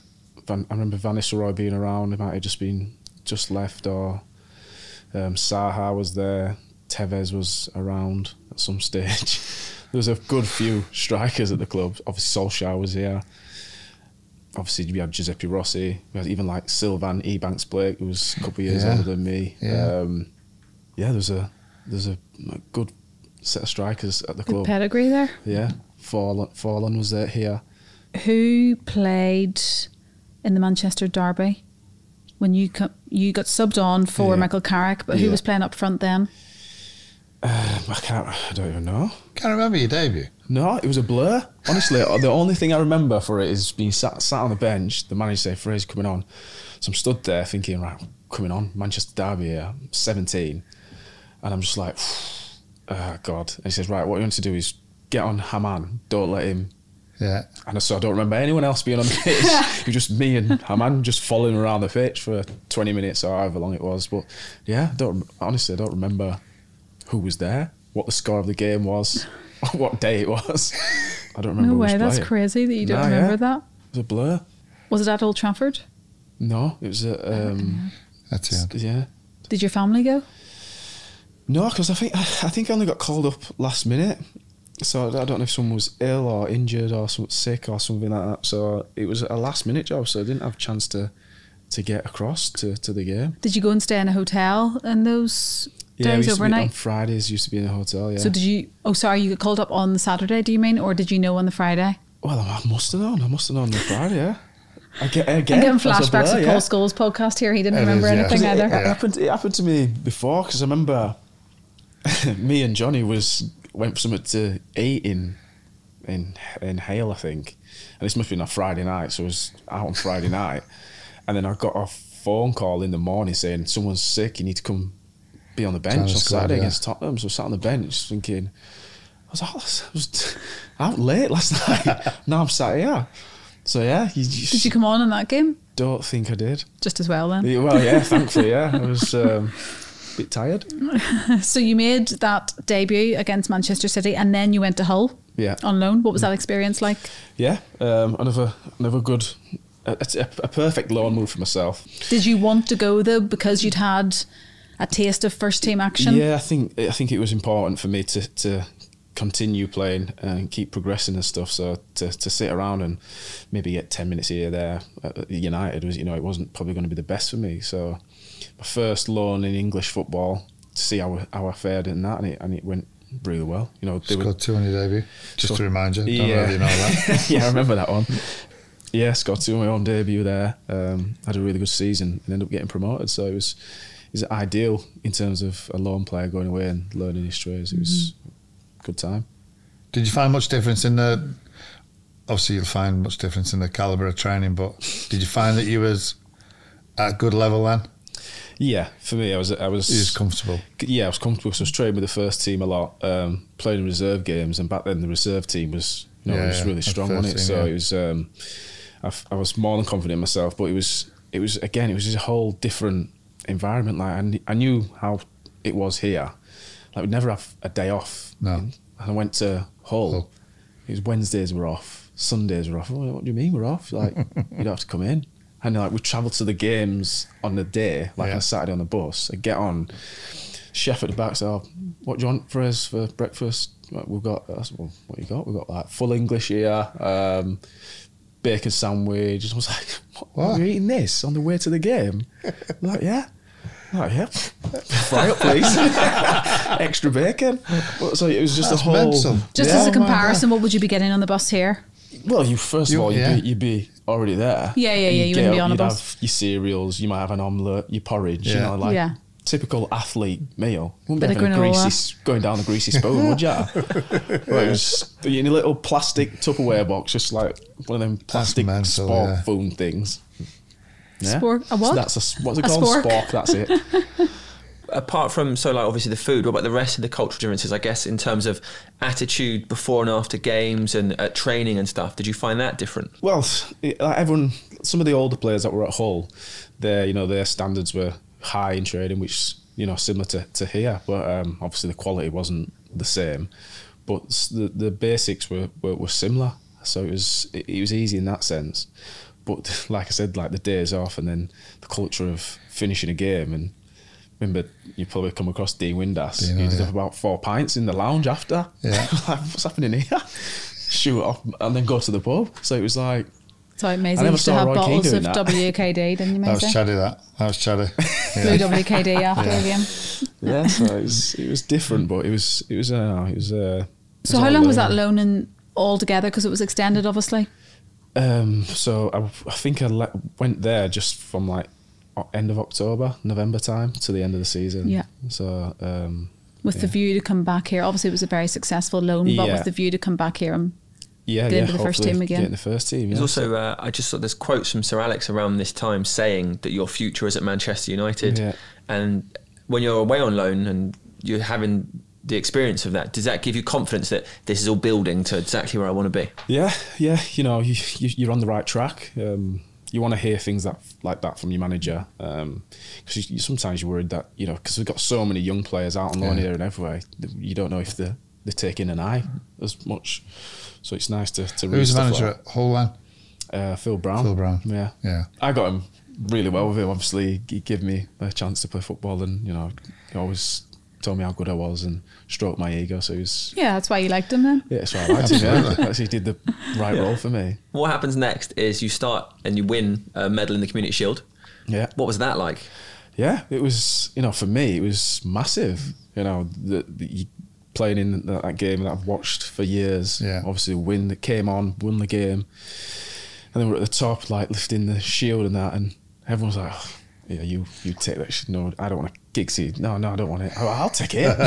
Van, I remember Van Nistelrooy being around. He might have just been just left, or um, Saha was there. Tevez was around at some stage. there was a good few strikers at the club. Obviously, Solskjaer was here. Obviously, we had Giuseppe Rossi. We had even like Sylvan Ebanks Blake, who was a couple of years
Yeah.
older than me.
Yeah.
Um, yeah, there's a there's a, a good set of strikers at the
Good
club.
pedigree there.
Yeah, Forlan, Forlan was there here.
Who played in the Manchester Derby when you co- you got subbed on for
Yeah.
Michael Carrick? But who
Yeah.
was playing up front then?
I can't. I don't even know.
Can't remember your debut.
No, it was a blur. Honestly, uh, the only thing I remember for it is being sat sat on the bench. The manager said, "Fraser coming on," so I'm stood there thinking, "Right, coming on, Manchester Derby, here, 17," and I'm just like, "Oh God!" And he says, "Right, what you want to do is get on Haman. Don't let him
Yeah.
And so I don't remember anyone else being on the pitch. it was just me and a man just following around the pitch for 20 minutes or however long it was. But yeah, I don't honestly, I don't remember who was there, what the score of the game was, what day it was. I don't remember.
No
who was
way, that's
playing.
crazy that you don't
Nah, yeah.
remember that.
It was a blur.
Was it at Old Trafford?
No, it was a um,
That's
s-
it.
yeah.
Did your family go?
No, because I think I think I only got called up last minute. So I don't know if someone was ill or injured or some, sick or something like that. So it was a last minute job, so I didn't have a chance to to get across to, to the game.
Did you go and stay in a hotel in those
we
days
used to be- on
overnight?
Fridays used to be in a hotel. Yeah.
So did you? Oh, sorry, you got called up on the Saturday. Do you mean, or did you know on the Friday?
well, I must have known. I must have known on Friday. Yeah. I get, again,
I'm getting
that's a
flashbacks
blur,
of
yeah.
Paul Scholes' podcast here. He didn't
It
remember
is, yeah.
anything
Was
either.
It, it happened. It happened to me before because I remember me and Johnny was went for something to eat in in in Hale, I think, and this must have been a Friday night. So I was out on Friday night, and then I got a phone call in the morning saying someone's sick. You need to come be on the bench on
Travis Scott,
Saturday
yeah.
against Tottenham. So I sat on the bench thinking, I was out, I was out late last night. now I'm sat here. So yeah, you just
Did you come on in that game?
don't think I did.
Just as well then.
Yeah, Well, yeah, thankfully, yeah, I was um, a bit tired.
So you made that debut against Manchester City, and then you went to Hull.
Yeah. Mm.
On loan. What was that experience like?
Yeah, um, another another good, a, a, a perfect loan move for myself.
Did you want to go though because you'd had a taste of first team action?
Yeah, I think I think it was important for me to to continue playing and keep progressing and stuff. So to, to sit around and maybe get ten minutes here there at United was you know it wasn't probably going to be the best for me. So my first loan in English football to see how how I fared in that and it and it went really well. You know they were
Scored two on your debut. Just
Scored-
to remind you, don't know if you know that.
yeah, I remember that one. Yeah, scored two on my own debut there. Um, had a really good season and ended up getting promoted. So it was is ideal in terms of a lone player going away and learning his trades. It was a good time.
Did you find much difference in the? Obviously, you'll find much difference in the caliber of training, but did you find that you was at a good level then?
Yeah, for me, I was I was
You was comfortable.
yeah, I was comfortable. So I was training with the first team a lot, um, playing in reserve games, and back then the reserve team was you know
Yeah,
it was
yeah,
really
the
strong on
first
it.
team,
so
yeah.
it was um, I, f- I was more than confident in myself, but it was it was again it was just a whole different environment. Like I, kn- I knew how it was here. Like we'd never have a day off.
No.
And I went to Hull.
Hull.
It was Wednesdays were off, Sundays were off. Oh, what do you mean we're off? Like you don't have to come in. And like we travelled to the games on the day, like
Yeah.
on a Saturday on the bus. I get on, chef at the back said, oh, "What do you want for us for breakfast?" Like, We've got I said, well, what you got? We've got like full English here, um, bacon sandwich. And I was like, "What?
What?
You're eating this on the way to the game?" I'm like, yeah. I'm Like, yeah, fry up, please. Extra bacon. Well, So it was just
That's
a whole.
mental.
Just
Yeah.
as a
Oh my God.
comparison, what would you be getting on the bus here?
Well, you first
You-
of all, you'd,
yeah.
be, you'd be already there.
Yeah, yeah, yeah,
You'd
you
get
wouldn't be
up,
on a
you'd
bus.
Have your cereals, you might have an omelette, your porridge. You
Yeah.
know, like
Yeah.
typical athlete meal. Wouldn't
Bit
be
of
having a
granola.
greasy, going down the greasy spoon, would you? well, it was in a little plastic Tupperware box, just like one of them plastic
mental,
sport
yeah.
phone things. Yeah.
Spork- a what?
So that's a s- what's it
A
called?
spork.
Spork. That's it.
apart from so like obviously the food what about the rest of the cultural differences i guess in terms of attitude before and after games and at training and stuff did you find that different
Well, it- like everyone, some of the older players that were at Hull, their you know their standards were high in training, which you know similar to, to here, but um, obviously the quality wasn't the same. But s- the the basics were, were, were similar, so it was it, it was easy in that sense. But like I said, like the days off and then the culture of finishing a game and. Remember, you probably come across Dean Windass.
Dean,
he
oh,
did
yeah.
have about four pints in the lounge after.
Yeah.
like, what's happening here? Shoot it off and then go to the pub. So it was like,
So
I
amazing
never
used to
saw
have
Roy Keane
bottles of
doing that.
WKD, didn't you,
That was
Maisie?
chatty. That that was chatty.
Blue
Yeah.
WKD after a game.
yeah, so it was, it was different, but it was it was uh, it was. Uh, it
So
was
how
all
long was that
learning.
loan in altogether? Because it was extended, obviously.
Um, so I, I think I le- went there just from like o- end of October, November time to the end of the season.
Yeah.
So um,
With the
Yeah.
view to come back here, obviously it was a very successful loan, but
Yeah.
with the view to come back here and
yeah,
Get
yeah,
into the first
hopefully
team again.
Get in the first team. Yeah.
there's also uh, i just saw there's quotes from sir alex around this time saying that your future is at manchester united
Yeah.
and when you're away on loan and you're having the experience of that does that give you confidence that this is all building to exactly where i want to be
Yeah, yeah. You know, you, you you're on the right track. Um, you want to hear things that like that from your manager because you, you, sometimes you're worried that you know because we've got so many young players out on loan
Yeah.
here and everywhere. th- You don't know if they're they're taking an eye as much. So it's nice to to read
Who's the
stuff
manager
Like,
at Hull then?
that. uh, Phil Brown.
Phil Brown.
Yeah,
Yeah.
I got him really well with him. Obviously, he gave me a chance to play football, and you know, he always told me how good I was and stroked my ego. So he was.
yeah, that's why you liked him then.
Yeah, so I liked him. Yeah. Actually, did the right role for me.
what happens next is you start and you win a medal in the community shield
Yeah.
what was that like
yeah, it was you know for me it was massive. You know the, the you playing in that, that game that I've watched for years.
Yeah.
obviously win that came on, won the game, and then we're at the top like lifting the shield and that, and everyone's like. "Oh, yeah, you you take that shit. No, I don't want to gig seat. No, no, I don't want it. Oh, I'll take it. Coming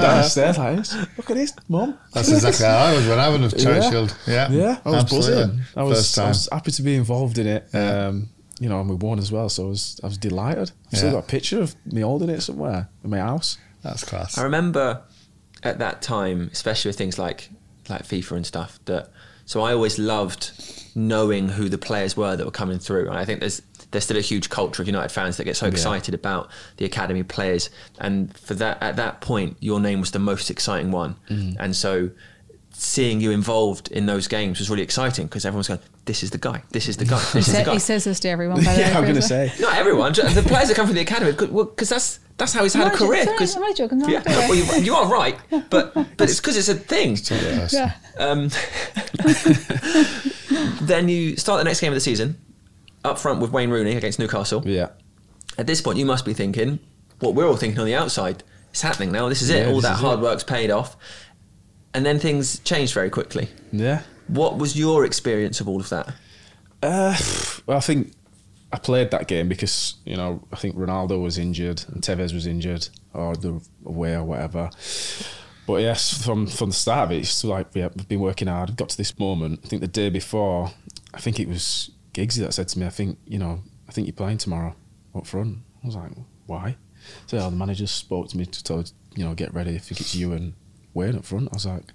down the stairs like this. Look at this, mum.
That's exactly how I was when I went to Churchill. Yeah,
Yeah, I was
absolutely.
buzzing. I was,
First time.
I was happy to be involved in it.
Yeah.
Um, you know, and we won as well, so I was I was delighted. I've still
Yeah.
got a picture of me holding it somewhere in my house.
That's class.
I remember at that time, especially with things like like FIFA and stuff, that so I always loved knowing who the players were that were coming through. And I think there's there's still a huge culture of United fans that get so excited about the academy players. And for that at that point, your name was the most exciting one. And so seeing you involved in those games was really exciting because everyone's going, This is the guy, this is the guy, this is the
Sa-
guy.
he says this to everyone. By the way,
yeah, I'm gonna
Fraser.
say.
Not everyone. ju- The players that come from the academy, because that's that's how he's had
Am
a
I jo-
career.
sorry,
'cause-
am I joking? No,
yeah.
don't worry.
well, you, you are right, but but it's because it's a thing.
Yes.
Yeah.
Um, then you start the next game of the season up front with Wayne Rooney against Newcastle.
Yeah,
At this point, you must be thinking what we're all thinking on the outside. It's happening now. This is it.
Yeah,
all
this
that
is
hard
it.
work's paid off, and then things change very quickly.
yeah.
What was your experience of all of that?
Uh, well, I think I played that game because you know I think Ronaldo was injured and Tevez was injured or the away or whatever. But yes, from from the start of it, it's like yeah, we've been working hard. Got to this moment. I think the day before, I think it was Giggsy that said to me, "I think you know, I think you're playing tomorrow up front." I was like, "Why?" So oh, the manager spoke to me to tell you know get ready. I think it's you and Wayne up front. I was like,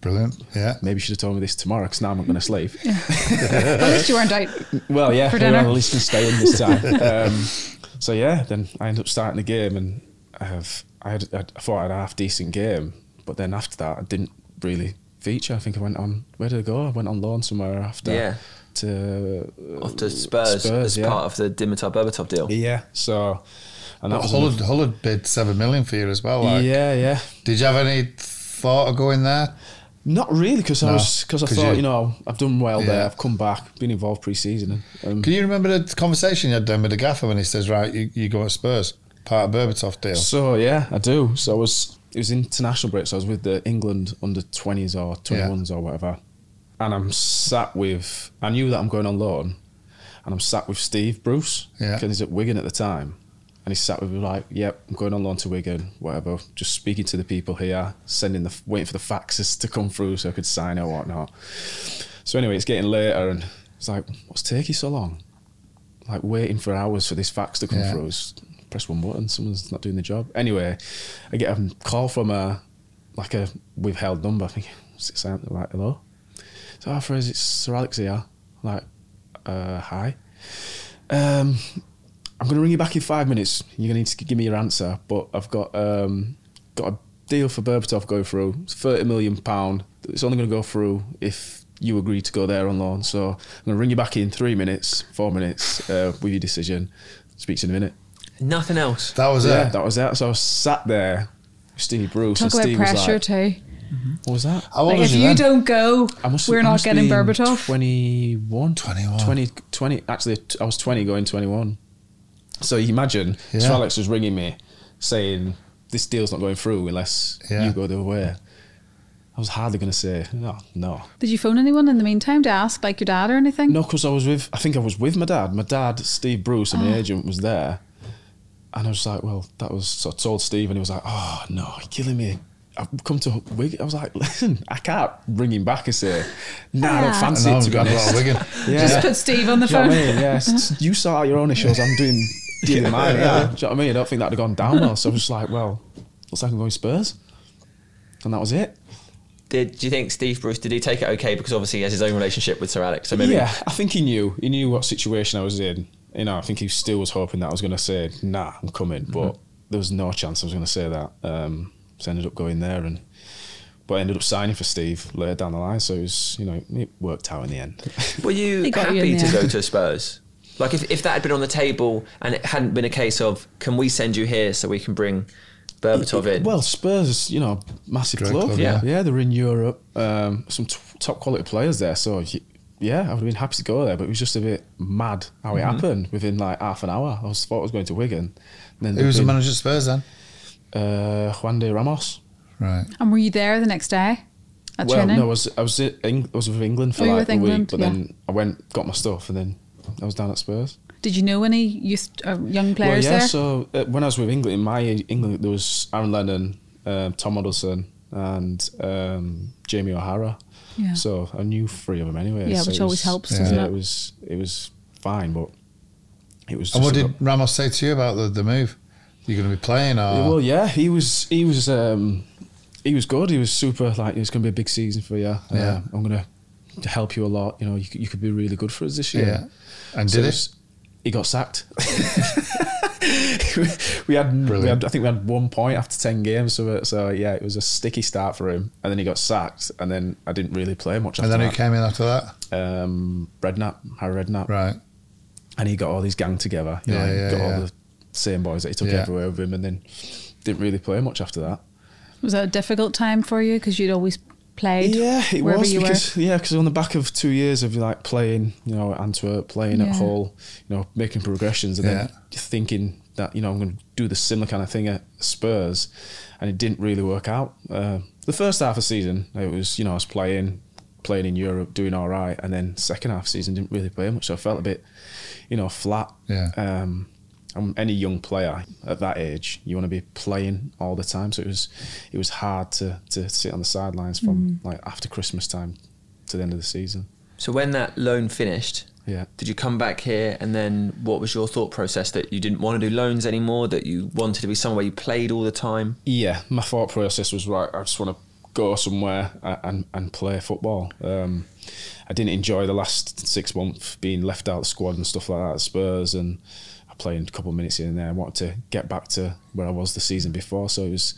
Brilliant. Yeah.
maybe you should have told me this tomorrow because now I'm not going to sleep.
At least you weren't out.
Well, yeah,
for
they were
dinner.
at least can stay in this time. um, so yeah, then I ended up starting the game, and I have I had I thought I had a half decent game, but then after that I didn't really feature. I think I went on where did I go? I went on loan somewhere after.
Yeah.
To
Off to Spurs,
Spurs,
as
yeah.
part of the Dimitar Berbatov deal.
yeah. So and that
But
was
Hullard,
another-
Hullard bid seven million for you as well. Like,
yeah, yeah.
Did you have any thought of going there?
Not really, because I
No,
was because I
'cause
thought
you-
you, know I've done well there.
Yeah.
I've come back, been involved pre-season. and, Um,
Can you remember the conversation you had then with the gaffer when he says, "Right, you, you go at Spurs, part of Berbatov deal."
So yeah, I do. So I was it was international break. So I was with the England under twenties or twenty ones or whatever, and I'm sat with. I knew that I'm going on loan, and I'm sat with Steve Bruce.
Yeah.
'cause he's at Wigan at the time, and he sat with me like, "Yep, I'm going on loan to Wigan. Whatever." Just speaking to the people here, sending the waiting for the faxes to come through so I could sign or whatnot. So anyway, it's getting later, and it's like, "What's taking so long?" like waiting for hours for this fax to come
Yeah.
through. Just press one button, someone's not doing the job. Anyway, I get a call from a like a withheld number. I think it's like hello. So oh, Fraser, it's Sir Alex here. I'm like, uh, hi. Um, I'm gonna ring you back in five minutes. You're gonna need to give me your answer, but I've got um, got a deal for Berbatov going through. It's thirty million pound. It's only gonna go through if you agree to go there on loan. So I'm gonna ring you back in three minutes, four minutes uh, with your decision. Speak to you in a minute.
Nothing else.
that was
yeah,
it.
that was that. So I sat there, with Steve Bruce,
Talk
and
about
Steve
pressure
was like,
too.
"What was that?"
How old
Like,
was
if
you
you
then?
don't go,
I must
we're
I
not
must
getting
been
Berbatov.
21.
21.
20, 20 actually, t- I was 20 going 21. So you imagine
Yeah.
Sir Alex was ringing me saying, this deal's not going through unless
Yeah.
you go the other way. I was hardly going to say, no, no.
Did you phone anyone in the meantime to ask, like your dad or anything?
No, because I was with, I think I was with my dad. My dad, Steve Bruce,
Oh.
and my agent was there. And I was like, well, that was, so I told Steve, and he was like, oh, no, you're killing me. I've come to Wigan. I was like, listen, I can't ring him back and say, nah, I don't
Ah.
fancy
No,
it,
I'm
to be
going
honest.
to Wigan.
Yeah.
Just put Steve on the
Do you know
phone.
what I mean? Yeah, s- you sort out your own issues. I'm doing dealing with mine. Yeah. Do you know what I mean? I don't think that'd have gone down well. So I'm just like, well, looks like I'm going Spurs, and that was it.
Did do you think Steve Bruce did he take it okay because obviously he has his own relationship with Sir Alex? So maybe
Yeah, I think he knew. He knew what situation I was in. You know, I think he still was hoping that I was going to say, "Nah, I'm coming," but
Mm-hmm.
there was no chance I was going to say that. Um, so I ended up going there, and but I ended up signing for Steve later down the line. So it was, you know, it worked out in the end.
were you
He got you
happy
in the
to go
end.
to Spurs? Like if, if that had been on the table and it hadn't been a case of can we send you here so we can bring Berbatov in?
Well, Spurs, you know, massive
Great
club.
club,
yeah.
yeah.
yeah, they're in Europe. Um, some t- top quality players there. So y- yeah, I would have been happy to go there, but it was just a bit mad how
Mm-hmm.
it happened within like half an hour. I was thought I was going to Wigan. And then
Who was the
they've been,
manager of Spurs then?
Uh, Juan de Ramos.
Right.
And were you there the next day at
Well,
training?
no, I was I was in, I was with England for
Oh, you were
like
with
a
England,
week, but
yeah.
then I went, got my stuff, and then I was down at Spurs.
Did you know any youth uh, young players
well, yeah,
there?
So uh, when I was with England, in my England, there was Aaron Lennon, um, Tom Huddleston, and um, Jamie O'Hara.
Yeah.
So I knew three of them anyway.
Yeah,
so
which
it
always
was-
helps,
Yeah,
doesn't it?
it was it was fine, but it was.
And
just
what
a
did
bit-
Ramos say to you about the, the move? You're going to be playing, or
Well, yeah, he was he was um, he was good. He was super. Like it's going to be a big season for you. Uh,
Yeah.
I'm going to help you a lot. You know, you, c- you could be really good for us this year.
Yeah. and
So
did it?
s- He got sacked. we, had, we
Brilliant.
had, I think we had one point after ten games. So, so yeah, it was a sticky start for him, and then he got sacked, and then I didn't really play much.
And
After
then who
that.
came in after that?
Um, Redknapp, Harry Redknapp,
Right.
and he got all these gang together. You know,
Yeah,
he
yeah,
got
yeah.
all the same boys that he took
Yeah.
everywhere with him, and then didn't really play much after that.
Was that a difficult time for you because you'd always played?
Yeah, it
wherever
was
you
because yeah, because on the back of two years of like playing, you know, at Antwerp, playing
Yeah.
at Hull, you know, making progressions, and then
Yeah.
thinking that you know I'm going to do the similar kind of thing at Spurs, and it didn't really work out. Uh, the first half of the season, it was you know I was playing, playing in Europe, doing all right, and then second half of the season didn't really play much, so I felt a bit, you know, flat.
Yeah.
Um, and any young player at that age, you want to be playing all the time. So it was, it was hard to to sit on the sidelines from like after Christmas time to the end of the season.
So when that loan finished,
Yeah.
did you come back here and then what was your thought process that you didn't want to do loans anymore, that you wanted to be somewhere you played all the time?
yeah, my thought process was right. I just want to go somewhere a- and and play football. Um, I didn't enjoy the last six months being left out of the squad and stuff like that at Spurs, and I played a couple of minutes here and there. I wanted to get back to where I was the season before, so it was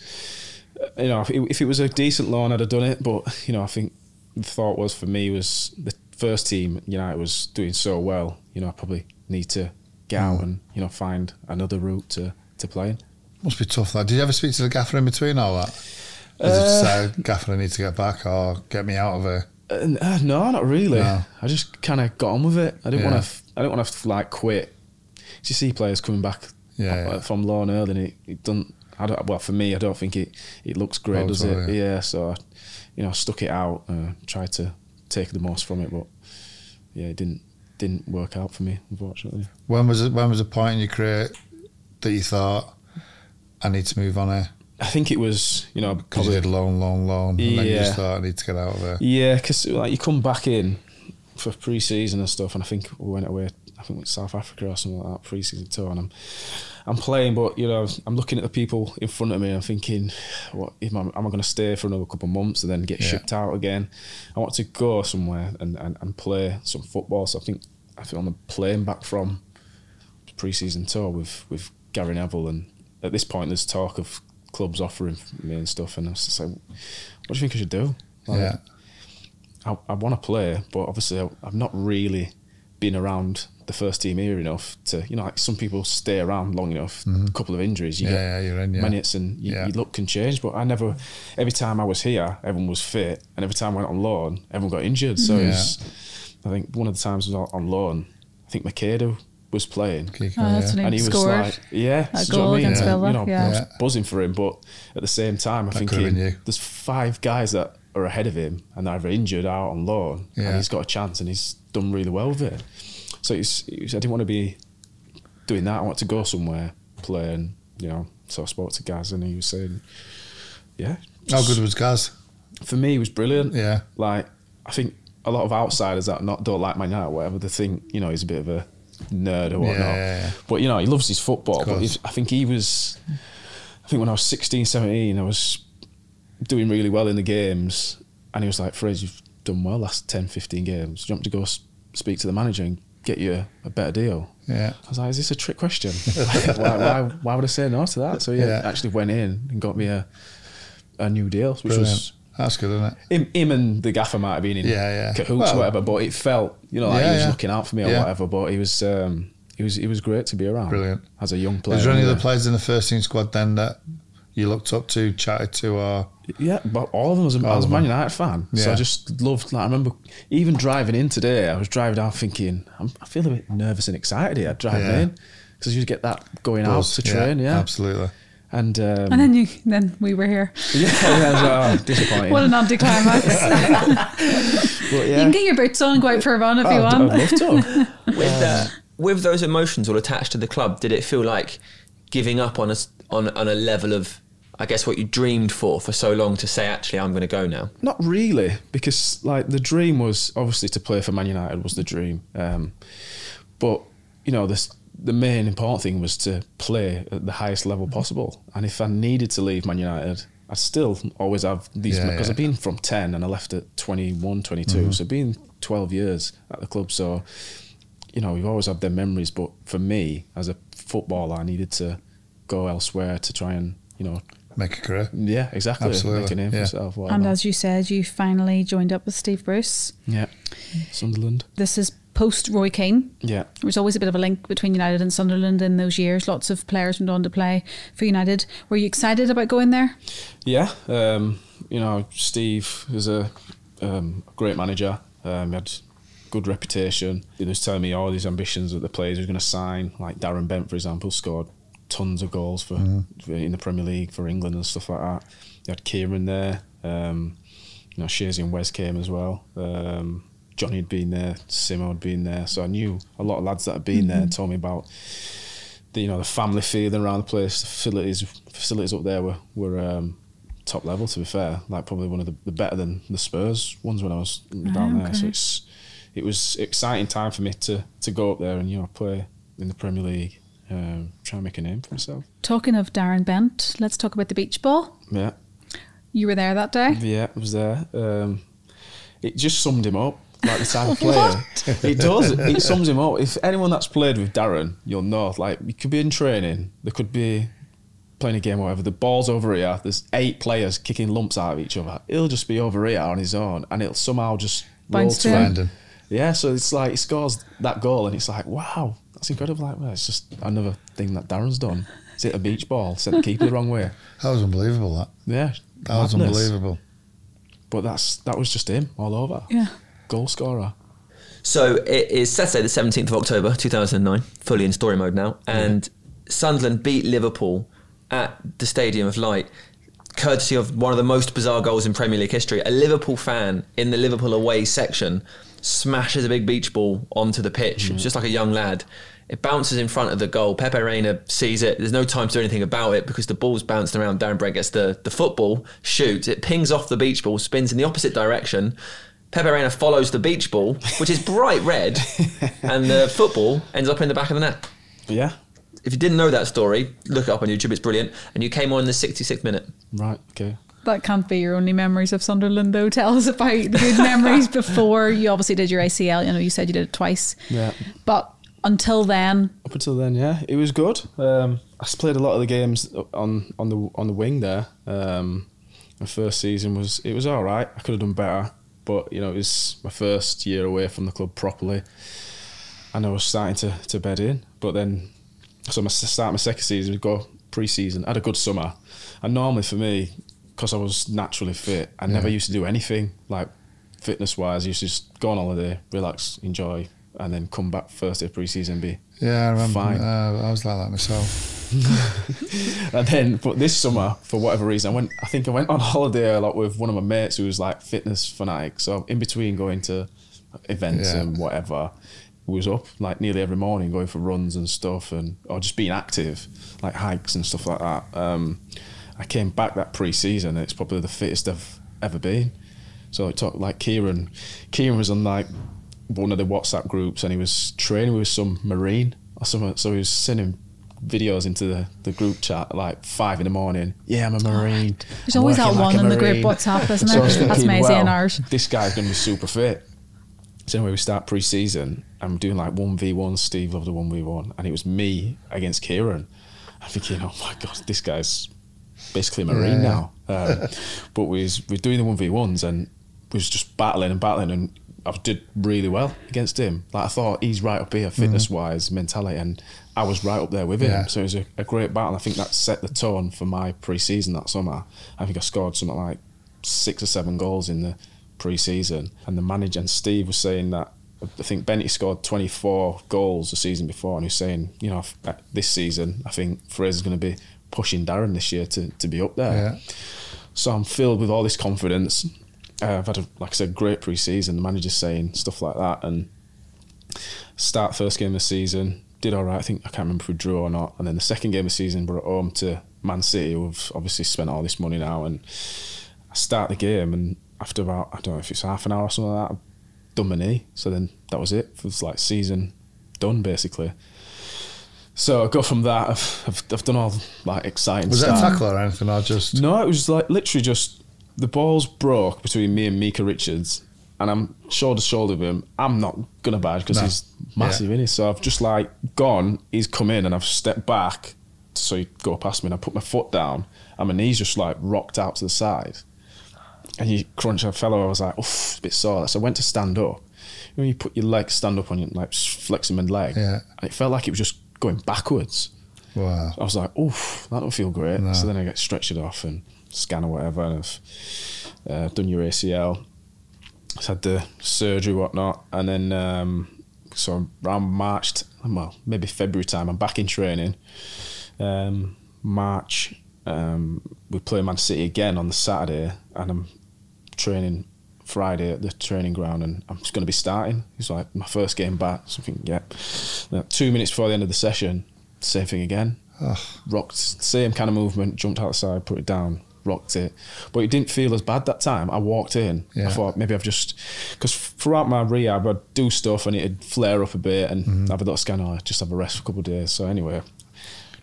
you know, if it, if it was a decent loan, I'd have done it. But you know, I think the thought was for me was the first team at United was doing so well. You know, I probably need to get out and you know find another route to to play.
Must be tough. That. Did you ever speak to the gaffer in between all that? As if to say, gaffer, I need to get back, or get me out of here.
Uh, n- uh, no, not really.
No.
I just kind of got on with it. I didn't
Yeah.
want to. I didn't want to like quit. You see players coming back
Yeah,
uh,
yeah.
from loan early, and it, it doesn't. I don't, well, for me, I don't think it, it looks great,
Bodes
does it?
well, Oh, yeah.
yeah. So, I, you know, I stuck it out, uh, tried to take the most from it, but yeah, it didn't didn't work out for me, unfortunately.
When was it, when was a point in your career that you thought I need to move on here?
I think it was, you know,
Because you
probably
did loan, loan, loan, and then you
Yeah.
just thought I need to get out of here.
Yeah, because like you come back in for pre-season and stuff, and I think we went away. I think it was South Africa or something like that pre-season tour, and I'm I'm playing, but you know I'm looking at the people in front of me. and I'm thinking, what if I'm, am I going to stay for another couple of months and then get
Yeah.
shipped out again? I want to go somewhere and, and, and play some football. So I think I think on the plane back from pre-season tour with with Gary Neville, and at this point there's talk of clubs offering me and stuff, and I was just like, what do you think I should do? Like,
yeah.
I, I want to play, but obviously I, I've not really been around the first team here enough to, you know, like some people stay around long enough, a couple of injuries, you
Yeah,
get
Mm-hmm. yeah, you're in, yeah.
minutes and you,
Yeah.
your luck can change. But I never, every time I was here, everyone was fit, and every time I went on loan, everyone got injured. So
Mm-hmm.
it was, I think one of the times I was on loan, I think Makeda was playing.
Keegan,
were. Oh, that's
yeah.
when
And
he,
he was
scored.
like, yeah,
That
do you know what
goal
I mean?
against
And,
Villa,
you know,
yeah.
I was
Yeah.
buzzing for him, but at the same time, I'm
could have
thinking
been you.
there's five guys that are ahead of him and that are injured out on loan,
Yeah.
and he's got a chance and he's done really well with it. So it's, it was, I didn't want to be doing that. I wanted to go somewhere, play, and you know. So I spoke to Gaz and he was saying, yeah,
How good was Gaz?
for me, it was brilliant.
Yeah.
Like, I think a lot of outsiders that not don't like Man United, or whatever, they think you know he's a bit of a nerd or whatnot.
Yeah, yeah, yeah.
But you know, he loves his football. But
course.
he's- I think he was. I think when I was 16, 17, I was doing really well in the games, and he was like, "Fraser, you've done well last 10, 15 games. Do you want me to go s- speak to the manager and get you a, a better deal?"
Yeah.
I was like, "Is this a trick question? why, why, why would I say no to that?" So yeah,
Yeah.
actually went in and got me a a new deal, which was
Brilliant. That's good, isn't it?
him, him and the gaffer might have been in
Yeah, yeah.
cahoots
Well-
or whatever, but it felt you know like
Yeah,
he was
yeah.
looking out for me or
Yeah.
whatever. But he was um, he was he was great to be around.
Brilliant.
as a young player.
Was there any
anyway.
other players in the first team squad then that you looked up to, chatted to, or
Yeah, but all of them was, I was a
of
Man
them.
United fan, so
Yeah.
I just loved. Like, I remember even driving in today. I was driving down thinking I'm, I feel a bit nervous and excited here driving
Yeah.
in because you get that going
Buzz?
out to train, yeah,
absolutely.
and um,
and then you, then we were here.
yeah, yeah, I was like, oh, disappointing.
What an anticlimax!
But,
You
yeah.
can get your boots on and go out for a run if you
I'd,
want.
I'd love to.
With, uh, with those emotions all attached to the club, did it feel like giving up on a s- on, on a level of, I guess, what you dreamed for for so long to say, actually, I'm going to go now?
Not really, because like the dream was obviously to play for Man United was the dream, um, but you know this the main important thing was to play at the highest level
Mm-hmm.
possible. And if I needed to leave Man United, I still always have these
Yeah,
because
yeah. Mm-hmm.
I've been from ten and I left at 21, 22. so been twelve years at the club. So you know you've always had their memories, but for me as a footballer, I needed to go elsewhere to try and you know
Make a career.
yeah exactly
Absolutely,
make a name for
yeah.
yourself.
And
whatever.
as you said, you finally joined up with Steve Bruce.
Yeah. Sunderland.
This is post Roy Keane.
Yeah.
There was always a bit of a link between United and Sunderland in those years. Lots of players went on to play for United. Were you excited about going there?
Yeah. Um, you know, Steve is a um, great manager. Um, he had good reputation. He was telling me all these ambitions that the players were going to sign, like Darren Bent, for example, scored tons of goals for, for- in the Premier League for England and stuff like that. You had Kieran there. Um, you know, Shazy and Wes came as well. Um, Johnny had been there, Simo had been there, so I knew a lot of lads that had been there and told me about the, you know the family feeling around the place. The facilities facilities up there were were um, top level. To be fair, like probably one of the, the better than the Spurs ones when I was down there. So it's it was exciting time for me to to go up there and you know play in the Premier League, um, try and make a name for myself.
Talking of Darren Bent, let's talk about the beach ball.
Yeah.
You were there that day.
Yeah, it was there. Um, it just summed him up, like the type of player. it does. It sums him up. If anyone that's played with Darren, you'll know. Like, you could be in training, there could be playing a game, or whatever. The ball's over here. There's eight players kicking lumps out of each other. He'll just be over here on his own, and it'll somehow just roll
Bounce
to
to him.
him.
Find him.
Yeah, so it's like he scores that goal, and it's like, wow, that's incredible. Like, well, it's just another thing that Darren's done. It's hit a beach ball, sent the keeper the wrong way.
That was unbelievable. That
Yeah,
that was
madness.
unbelievable.
But that's that was just him all over.
Yeah.
Goal scorer.
So it is Saturday, the 17th of October, 2009, fully in story mode now. And Sunderland beat Liverpool at the Stadium of Light, courtesy of one of the most bizarre goals in Premier League history. A Liverpool fan in the Liverpool away section smashes a big beach ball onto the pitch. It's just like a young lad. It bounces in front of the goal. Pepe Reina sees it. There's no time to do anything about it because the ball's bouncing around. Darren Brent gets the, the football, shoots. It pings off the beach ball, spins in the opposite direction. Pepe Reina follows the beach ball, which is bright red, and the football ends up in the back of the net.
But yeah.
If you didn't know that story, look it up on YouTube. It's brilliant. And you came on in the 66th minute.
Right. Okay.
That can't be your only memories of Sunderland, though. Tell us about the good memories before you obviously did your ACL. You know, you said you did it twice.
Yeah.
But until then,
Up until then, yeah, it was good. Um, I s- played a lot of the games on on the on the wing there. Um, my first season was it was all right. I could have done better, but you know it was my first year away from the club properly, and I was starting to, to bed in. But then, so my s- start my second season, we go pre-season. I had a good summer, and normally for me, because I was naturally fit, I never used to do anything like fitness wise. I used to just go on holiday, relax, enjoy, and then come back first day of pre-season and be
Yeah, I remember.
Fine.
Uh, I was like that myself.
And then, but this summer, for whatever reason, I went. I think I went on holiday a lot with one of my mates who was like fitness fanatic. So in between going to events
Yeah.
and whatever, we was up like nearly every morning going for runs and stuff, and or just being active, like hikes and stuff like that. Um, I came back that pre-season. And it's probably the fittest I've ever been. So it talked like Kieran. Kieran was on like one of the WhatsApp groups, and he was training with some marine or something. So he was sending videos into the, the group chat at like five in the morning. Yeah, I'm a marine.
Oh, There's
I'm
always
working
that
like
one
a
in the group
marine."
WhatsApp, isn't
So I was
there? That's
thinking,
my
well,
and ours.
This guy's gonna be super fit. So anyway, we start pre-season. I'm doing like one v one. Steve loved a one v one, and it was me against Kieran. I'm thinking, oh my god, this guy's basically a marine now. Um, but we was, we we're doing the one v ones, and we was just battling and battling, and I did really well against him. Like I thought, he's right up here, fitness wise, mentality, and I was right up there with him.
Yeah.
So it was a, a great battle. I think that set the tone for my pre-season that summer. I think I scored something like six or seven goals in the pre-season, and the manager and Steve was saying that. I think Benty scored 24 goals the season before, and he's saying, you know, f- uh, this season, I think Fraser's going to be pushing Darren this year to, to be up there.
Yeah.
So I'm filled with all this confidence. Uh, I've had, a, like I said, great pre-season. The manager's saying stuff like that, and Start first game of the season, did all right. I think I can't remember if we drew or not. And then the second game of the season, we're at home to Man City, who've obviously spent all this money now. And I start the game, and after about I don't know if it's half an hour or something like that, I've done my knee. So then that was it. It was like season done basically. So I go from that. I've, I've, I've done all like exciting.
Was that
stuff.
a tackle or anything? I just
No, it was like literally just the balls broke between me and Mika Richards, and I'm shoulder to shoulder with him. I'm not gonna badge because
No.
he's massive,
Yeah.
in innit? So I've just like gone. He's come in, and I've stepped back so he go past me, and I put my foot down, and my knees just like rocked out to the side. And you crunch, I fell over. I was like, oof, a bit sore. So I went to stand up. You know, When you put your leg stand up on your like flexing leg,
Yeah.
and it felt like it was just going backwards.
wow.
I was like, oof, that don't feel great.
No.
So then I get stretched off and scan or whatever, and I've uh, done your ACL. I've had the surgery, whatnot, and then um, so around March, t- well, maybe February time, I'm back in training. Um, March, um, we play Man City again on the Saturday, and I'm training Friday at the training ground, and I'm just going to be starting. It's like my first game back, something. Yeah, Now, two minutes before the end of the session, same thing again. Rocked, same kind of movement, jumped outside, put it down, rocked it, but it didn't feel as bad that time. I walked in,
Yeah.
I thought maybe I've just because throughout my rehab I'd do stuff and it'd flare up a bit and have a little scan or just have a rest for a couple of days. So anyway,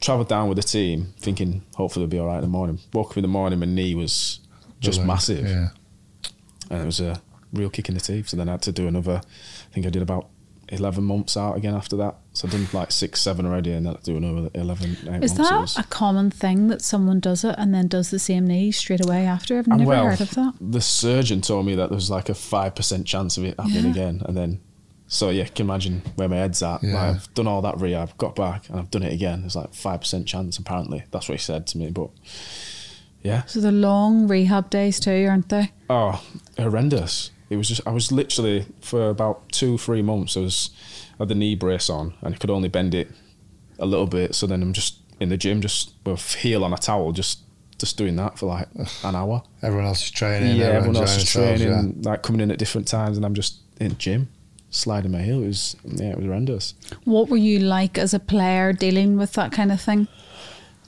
travelled down with the team thinking hopefully it'll be all right in the morning. Woke up in the morning, my knee was just
Like,
massive
Yeah.
and it was a real kick in the teeth. So then I had to do another. I think I did about eleven months out again after that. So I've done like six, seven already, and then I had to do another eleven. Eight
Is
months. It
that
was-
a common thing that someone does it and then does the same knee straight away after? I've never
And Uh, well,
heard of that.
The surgeon told me that there was like a five percent chance of it happening
Yeah.
again, and then. So yeah, can you imagine where my head's at. Like,
Yeah.
I've done all that rehab, got back, and I've done it again. It's like five percent chance apparently. That's what he said to me. But yeah,
So the long rehab days too, aren't they?
oh, horrendous. It was just I was literally for about two, three months I was I had the knee brace on and I could only bend it a little bit. So then I'm just in the gym just with heel on a towel, just just doing that for like an hour.
Everyone else is training.
Yeah, everyone else is
enjoying themselves,
training, like coming in at different times and I'm just in the gym, sliding my heel. It was yeah, it was horrendous.
What were you like as a player dealing with that kind of thing?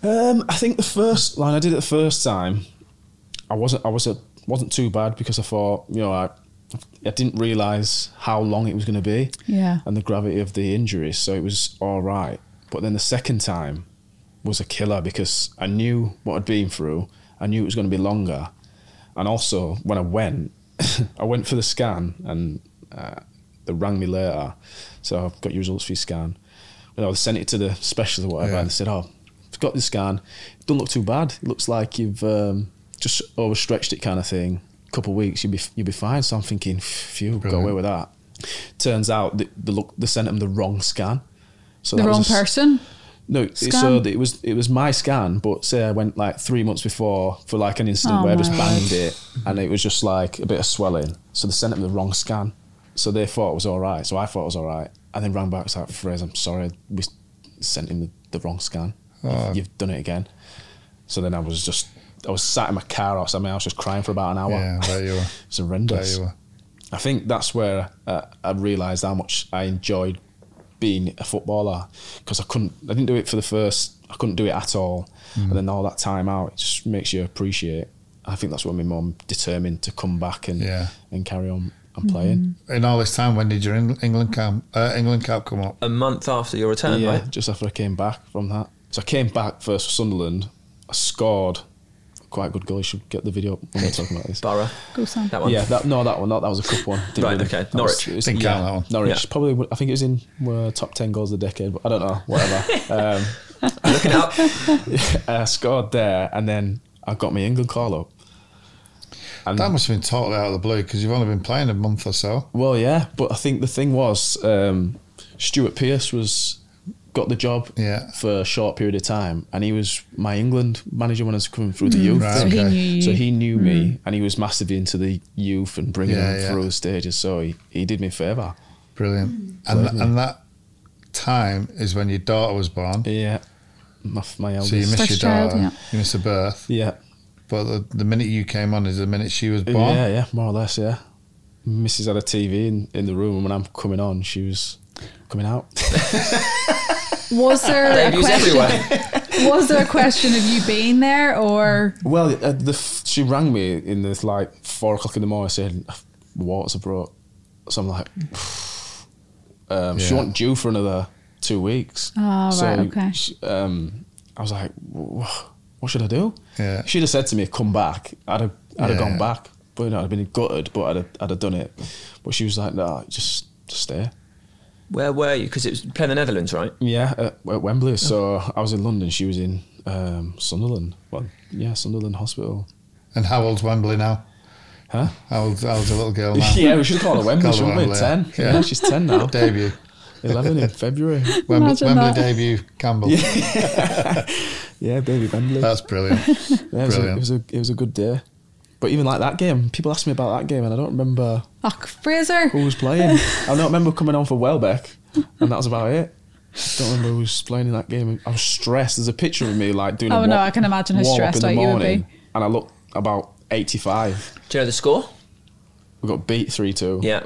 Um, I think the first line I did it the first time, I wasn't I was a, wasn't too bad because I thought you know I I didn't realise how long it was going to be,
Yeah.
and the gravity of the injuries, so it was all right. But then the second time was a killer because I knew what I'd been through, I knew it was going to be longer, and also when I went, I went for the scan and uh, they rang me later, so I've got your results for your scan. You know, they sent it to the specialist or whatever,
Yeah.
and they said, "Oh, I've got the scan. It doesn't look too bad. It looks like you've um, just overstretched it, kind of thing. couple of weeks, you'll be you'll be fine." So I'm thinking, "Phew, go
Brilliant.
away with that." Turns out they, they look they sent him the wrong scan. So
The
that was
wrong
a s-
person?
no, so
Scan?
that it was it was my scan, but say I went like three months before for like an incident
Oh
where I
my
just banged
word.
it, and it was just like a bit of swelling. So they sent him the wrong scan, so they thought it was all right. So I thought it was all right, and then rang back was like, "Fraser, I'm sorry, we s- sent him the, the wrong scan. You've-
Oh.
You've, done it again." So then I was just I was sat in my car outside my house, just crying for about an hour.
Yeah, there you were.
it's horrendous.
There you were.
I think that's where uh, I realised how much I enjoyed being a footballer because I couldn't, I didn't do it for the first, I couldn't do it at all. And then all that time out, it just makes you appreciate. I think that's what my mum determined to come back and
Yeah.
and carry on and playing.
In all this time, when did your Eng- England camp, uh, England cap come up?
A month after your return,
yeah,
right?
just after I came back from that. So I came back first for Sunderland. I scored quite a good goal. You should get the video up when we're talking about this.
Borough.
Go Sam.
That one.
Yeah, that, no, that one. That, that was a cup one. Didn't
Right,
win.
okay.
That
Norwich.
it
Didn't count that one.
Norwich.
Yeah.
Probably. would- I think it was in uh, top ten goals of the decade, but I don't know. Whatever. um,
Looking up.
I scored there, and then I got my England call up. And
That must have been totally out of the blue because you've only been playing a month or so.
well, yeah, but I think the thing was um, Stuart Pearce was got the job
Yeah.
for a short period of time, and he was my England manager when I was coming through the
Mm,
youth.
Right,
So he
okay.
knew you.
So he knew me, and he was massively into the youth and bringing
Yeah,
them
yeah.
through stages. So he, he did me a favour.
Brilliant.
Mm-hmm.
And,
Lovely.
and that time is when your daughter was born.
Yeah, my, my eldest.
So you missed your
First child,
daughter.
yeah.
You missed a birth.
yeah,
But the, the minute you came on is the minute she was born.
yeah, yeah, more or less. Yeah, Mrs. had a TV in, in the room, and when I'm coming on, she was coming out.
Was there a
Debuts
question?
everywhere.
Was there a question of you being there, or
Well, uh, the f- she rang me in this like four o'clock in the morning saying the waters are broke. So I'm like, um, she
Yeah.
wasn't due for another two weeks.
Oh, right, okay.
she- um, I was like, "Wha- what should I do?
Yeah.
She'd have said to me, come back. I'd have, I'd have
Yeah,
gone
yeah.
back. But you know, I'd have been gutted, but I'd have, I'd have done it. But she was like, no, just, just stay.
Where were you? Because it was playing the Netherlands, right?
Yeah, at, at Wembley. So I was in London. She was in um, Sunderland. Well, yeah, Sunderland Hospital.
And how old's Wembley now?
Huh?
How old, how old's a little girl now?
Yeah, we should call her Wembley.
Call her
She Wembley.
Wembley,
Ten. Yeah.
yeah.
she's ten now.
Debut.
Eleven in February.
Wembley,
Imagine
Wembley
that.
debut, Campbell.
Yeah, baby Wembley.
That's brilliant.
Yeah, it, was a,
brilliant.
it was a it was a good day. But even like that game, people asked me about that game, and I don't remember
fuck Fraser?
who was playing. I don't remember coming on for Welbeck, and that was about it. Don't remember who was playing in that game. I was stressed. There's a picture of me like doing.
Oh,
a
no,
wa-
I can imagine how
warm-up
stressed
in
out
the
you would
morning,
be.
And I look about eighty-five.
Do you know the score?
We got beat three-two.
Yeah,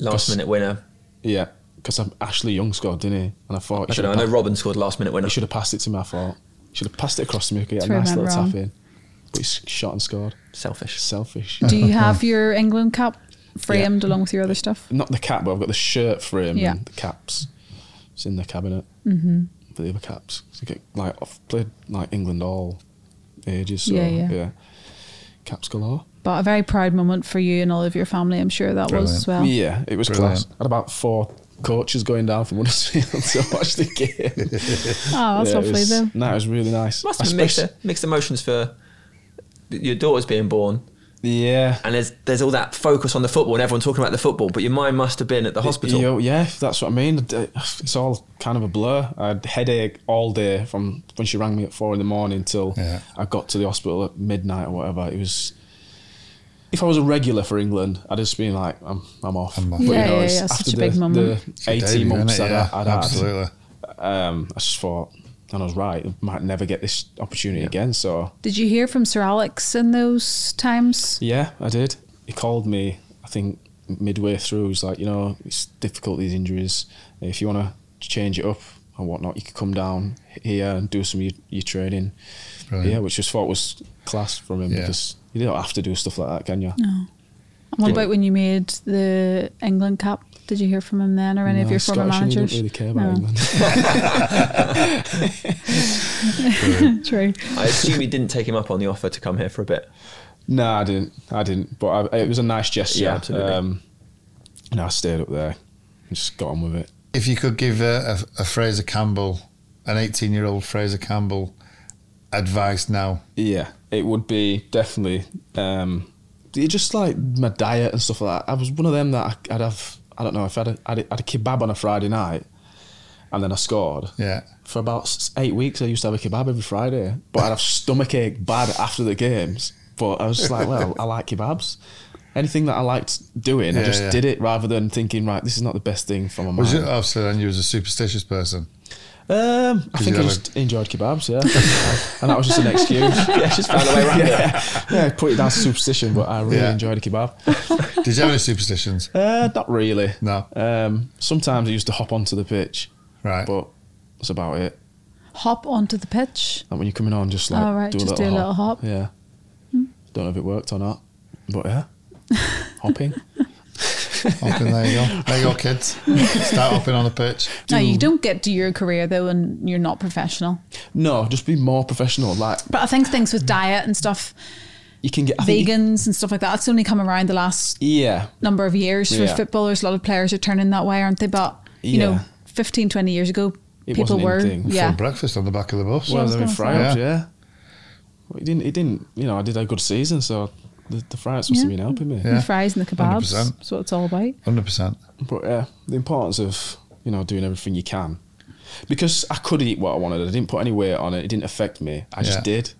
last minute winner.
yeah. Because Ashley Young scored, didn't he? And I thought he
I
should
don't know.
have
I know
pa-
Robin scored last minute winner.
He should have passed it to me. I thought he should have passed it across to me. He had a
Throw
nice
him
little
wrong.
tap in, but he s- shot and scored.
Selfish.
Selfish.
Do you have your England cap framed along with your other stuff?
Not the cap, but I've got the shirt frame
Yeah.
and the caps. It's in the cabinet. Mm-hmm. For the other caps, So I get, like I've played like England all ages. So,
Yeah,
yeah,
yeah.
Caps galore.
But a very proud moment for you and all of your family, I'm sure that was as well.
Yeah, it was
Brilliant.
class. I had about four coaches going down from Huddersfield to watch the game.
Oh, that's
Yeah, it
lovely
was,
though.
No, it was really nice.
Must
I
have been mixed,
spec-
mixed emotions for your daughter's being born,
Yeah.
and there's there's all that focus on the football and everyone talking about the football, but your mind must have been at the hospital.
You know, yeah, that's what I mean. It's all kind of a blur. I had headache all day from when she rang me at four in the morning till
Yeah.
I got to the hospital at midnight or whatever. It was. If I was a regular for England, I'd just been like, I'm, I'm off.
I'm off.
But,
Yeah,
yeah,
it's
yeah, such a
after
big
the,
moment.
The 18
Debut,
months
innit?
I'd,
Yeah,
I'd had,
absolutely.
um, I just thought, and I was right, I might never get this opportunity again. So
Did you hear from Sir Alex in those times?
Yeah, I did. He called me, I think, midway through. He was like, you know, it's difficult, these injuries. If you want to change it up and whatnot, you could come down here and do some of your, your training.
Brilliant.
Yeah, which I thought was class from him
Yeah.
because you don't have to do stuff like that, can you?
And what about when you made the England cap? Did you hear from him then or any of
No,
your former
Scottish England
managers?
don't really care about England.
No, true.
I assume you didn't take him up on the offer to come here for a bit.
no, I didn't. I didn't. But I, it was a nice gesture. Um,
Yeah, absolutely.
and I stayed up there and just got on with it.
If you could give a, a, a Fraser Campbell, an 18 year old Fraser Campbell, advice now,
Yeah, it would be definitely. Um, it just like my diet and stuff like that. I was one of them that I- I'd have. I don't know if I'd had a, I'd had a kebab on a Friday night, and then I scored.
yeah.
For about s- eight weeks, I used to have a kebab every Friday, but I'd have stomach ache bad after the games. But I was just like, well, I like kebabs. Anything that I liked doing, I
Yeah,
just
yeah.
did it rather than thinking, right, this is not the best thing for my mind.
Was you, obviously, and you was a superstitious person.
Um, I
Did
think
you
I
have
just enjoyed kebabs, yeah, and that was just an excuse. yeah, just found
a way around it.
yeah. Yeah, put it down to superstition, but I really
Yeah.
enjoyed a kebab.
Did you have any superstitions?
Uh, not really.
No.
Um, sometimes I used to hop onto the pitch,
Right.
but that's about it.
Hop onto the pitch.
Like when you're coming on, just like
Oh, right,
do, a,
just
little
do a little
hop.
hop. Hmm.
Yeah. Don't know if it worked or not, but yeah, hopping.
Hopping, there you go. There you go, kids. Start hopping on the pitch.
No, you don't get to your career though, and you're not professional.
No, just be more professional. Like
But I think things with diet and stuff,
you can get I think you-
vegans and stuff like that, it's only come around the last
yeah,
number of years for
Yeah.
footballers. A lot of players are turning that way, aren't they? But, you know,
Yeah.
15, 20 years ago,
It
people
wasn't in
were.
thing.
Yeah.
For breakfast on the back of the bus.
Well,
was
they were
gonna
in
say.
fry-ups,
Yeah.
yeah. Well, he didn't. He didn't. You know, I did a good season, so the, the fry-ups must have
Yeah.
been helping me.
Yeah.
The fries and the kebabs.
100%.
That's what it's all about.
100%.
But yeah, the importance of you know doing everything you can, because I could eat what I wanted. I didn't put any weight on it. It didn't affect me. I just
Yeah.
did.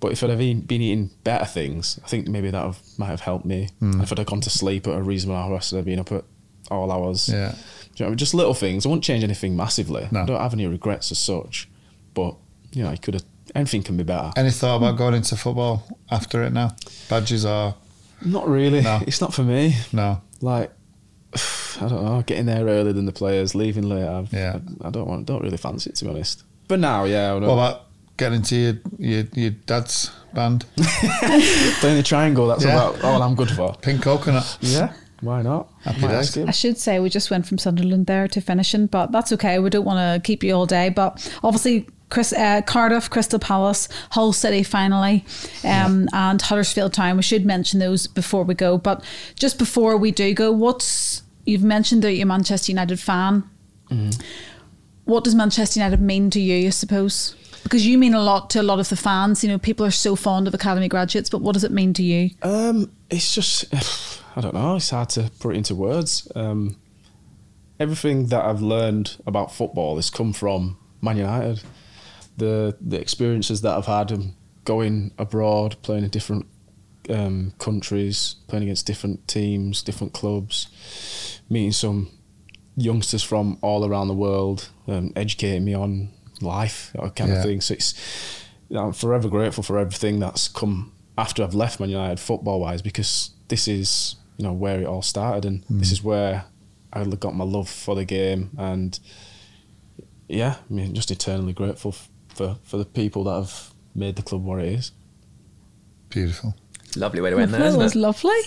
But if I'd have been been eating better things, I think maybe that have, might have helped me.
Hmm.
And if I'd have gone to sleep at a reasonable hour instead of being up at all hours,
Yeah.
Do you know what I mean? Just little things. I wouldn't change anything massively.
No.
I don't have any regrets as such. But you know, you could have. Anything can be better.
Any thought about going into football after it now? Badges are
Not really.
No.
It's not for me.
no.
Like, I don't know, getting there earlier than the players, leaving late. I've,
Yeah.
I, I don't want, don't really fancy it to be honest. But now, yeah, I don't
What about getting to your, your, your dad's band?
playing the triangle. That's
Yeah.
about all I'm good for.
Pink Coconut.
Yeah, why not?
Happy
Might
days.
ask him.
I should say we just went from Sunderland there to finishing, but that's okay. We don't want to keep you all day. But obviously, Chris, uh, Cardiff, Crystal Palace, Hull City finally, um, and Huddersfield Town. We should mention those before we go. But just before we do go, what's you've mentioned that you're a Manchester United fan.
Mm-hmm.
What does Manchester United mean to you, I suppose? Because you mean a lot to a lot of the fans. You know, people are so fond of academy graduates, but what does it mean to you?
Um, it's just I don't know. It's hard to put it into words. Um, everything that I've learned about football has come from Man United. The the experiences that I've had um, going abroad, playing in different um, countries, playing against different teams, different clubs, meeting some youngsters from all around the world, um, educating me on life, that kind
Yeah.
of thing. So it's I'm forever grateful for everything that's come after I've left Man United football wise because this is you know where it all started and this is where I got my love for the game and yeah, I mean, just eternally grateful f- for for the people that have made the club what it is.
Beautiful.
Lovely way to end there,
that
isn't
was
it?
lovely.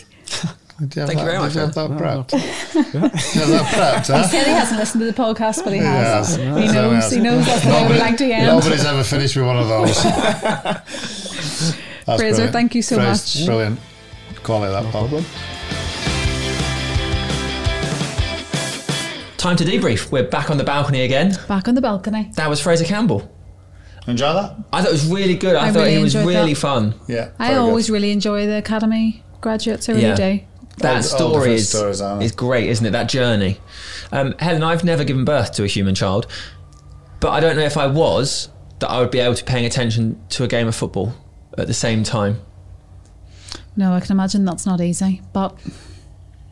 Did you have
Thank
that,
you very much,
Did you have that
no.
prepped? Did you have that prepped, huh?
Said he hasn't listened to the podcast, but he has.
Yeah.
He
Someone
knows.
else.
He knows that's the way we
Nobody-
like to end.
Nobody's ever finished with one of those. That's brilliant.
thank you so
Fraser,
much.
Brilliant. Call it that, Paul.
Time to debrief. We're back on the balcony again.
Back on the balcony.
That was Fraser Campbell.
Enjoy that?
I thought it was really good. I,
I
thought
really
he was
enjoyed
really
that.
fun.
Yeah.
I
very good.
always really enjoy the academy graduates. I really
Yeah.
do.
That
All- all
story
different
is,
stories, aren't they?
is great, isn't it? That journey. Um, Helen, I've never given birth to a human child, but I don't know if I was that I would be able to paying attention to a game of football at the same time.
No, I can imagine that's not easy. But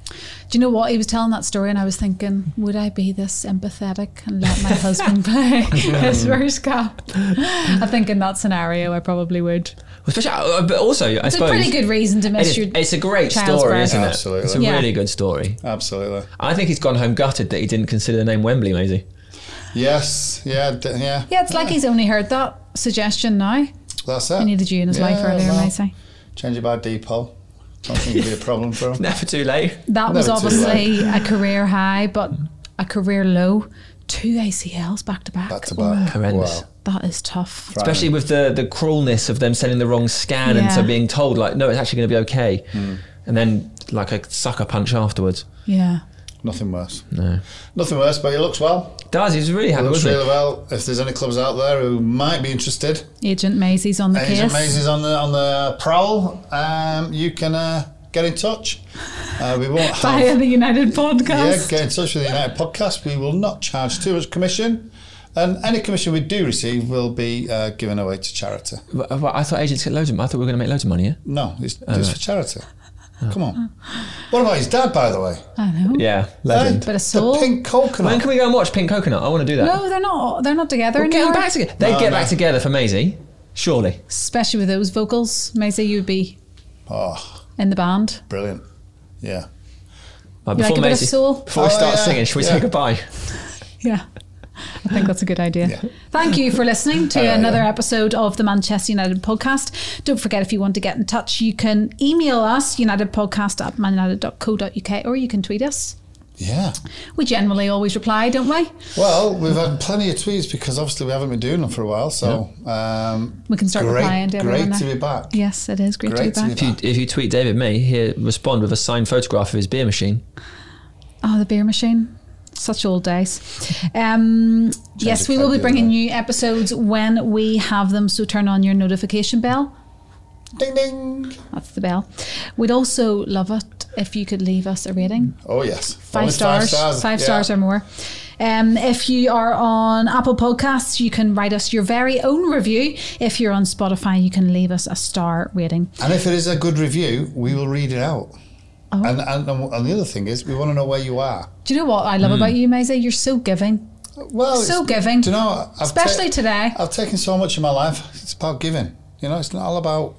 do you know what? He was telling that story, and I was thinking, would I be this empathetic and let my husband play his first cap? I think in that scenario, I probably would.
Especially, uh, but also, I
It's a
suppose
pretty good reason to
it
miss
is-
your.
it's a great
child's
story,
birth.
isn't it?
Absolutely.
It's a
Yeah.
really good story.
Absolutely.
I think he's gone home gutted that he didn't consider the name Wembley, Maisie.
Yes. Yeah. d- yeah.
Yeah, it's like he's only heard that suggestion now.
That's it.
He needed you in his
Yeah,
life earlier,
well,
I say.
Change it by Depol. Don't think it'd be a problem for him.
Never too late.
That was
Never too
obviously a career high, but a career low. Two ACLs back to back.
Back to back.
Horrendous.
Wow.
That is tough.
Right.
Especially with the, the cruelness of them sending the wrong scan and
Yeah.
so being told, like, no, it's actually going to be okay.
Hmm.
And then, like, a sucker punch afterwards.
Yeah.
Nothing worse. No. Nothing worse, but he looks well.
Does, he's really
He
happy,
looks
wasn't
really well. If there's any clubs out there who might be interested,
Agent Maisie's on the
Agent
case.
Maisie's on the on the prowl. Um, you can uh, get in touch. Uh, we won't
Via
have
the United
yeah,
podcast.
get in touch with the United Podcast. We will not charge too much commission, and any commission we do receive will be uh, given away to charity.
he? Well, well, I thought agents get loads of money. I thought we were going to make loads of money, yeah?
No, it's,
Oh,
it's for charity. Come on. What about his dad, by the way?
I know.
Yeah, legend.
Eh?
Bit of soul.
The pink
When
coconut.
can we go and watch Pink Coconut? I want to do that.
No, they're not. They're not together
We're
anymore.
getting back together. They'd
No,
get
no.
back together for Maisie, surely.
Especially with those vocals, Maisie, you'd be
Oh,
in the band.
brilliant. Yeah.
Like,
You like a bit of
Maisie-
soul?
Before we
Oh,
start
yeah,
singing, should we
yeah.
say goodbye?
Yeah. I think that's a good idea.
Yeah.
Thank you for listening to
yeah.
another episode of the Manchester United podcast. Don't forget, if you want to get in touch, you can email us, unitedpodcast at manunited.co.uk, or you can tweet us.
Yeah.
We generally always reply, don't we?
Well, we've had plenty of tweets because obviously we haven't been doing them for a while. So um,
We can start replying
great,
to everyone
great to
now.
be back.
Yes, it is great,
Great
to be back.
If you, if you tweet David May, he'll respond with a signed photograph of his beer machine.
Oh, the beer machine. Such old days. Um, yes, we will be
clock,
bringing
yeah.
new episodes when we have them, so turn on your notification bell.
Ding ding.
That's the bell. We'd also love it if you could leave us a rating.
Oh yes.
five
Only
stars, five stars,
Yeah.
or more. Um, if you are on Apple Podcasts, you can write us your very own review. If you're on Spotify, you can leave us a star rating.
And if it is a good review, we will read it out.
Oh.
And, and and the other thing is, we want to know where you are.
Do you know what I love about you, Maisie? You're so giving,
Well,
so
it's-
giving,
Do you know? I've ta-
especially today.
I've taken so much of my life. It's about giving. You know, it's not all about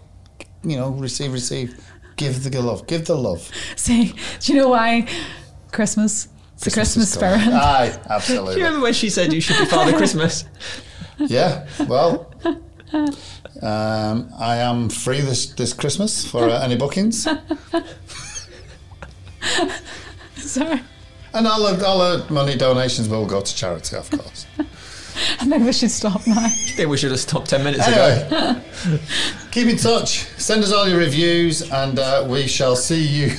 you know receive, receive, give the love, give the love.
See, do you know why Christmas? It's the Christmas spirit.
Aye,
Do you
absolutely.
remember when she said you should be Father Christmas?
Yeah, well, um, I am free this, this Christmas for uh, any bookings.
Sorry.
And all the, all the money donations will go to charity, of course.
I think we should stop now.
I think we should have stopped 10 minutes ago.
Anyway, keep in touch. Send us all your reviews, and uh, we shall see you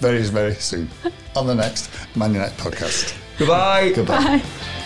very, very soon on the next Man United podcast.
Goodbye.
Goodbye.
Bye.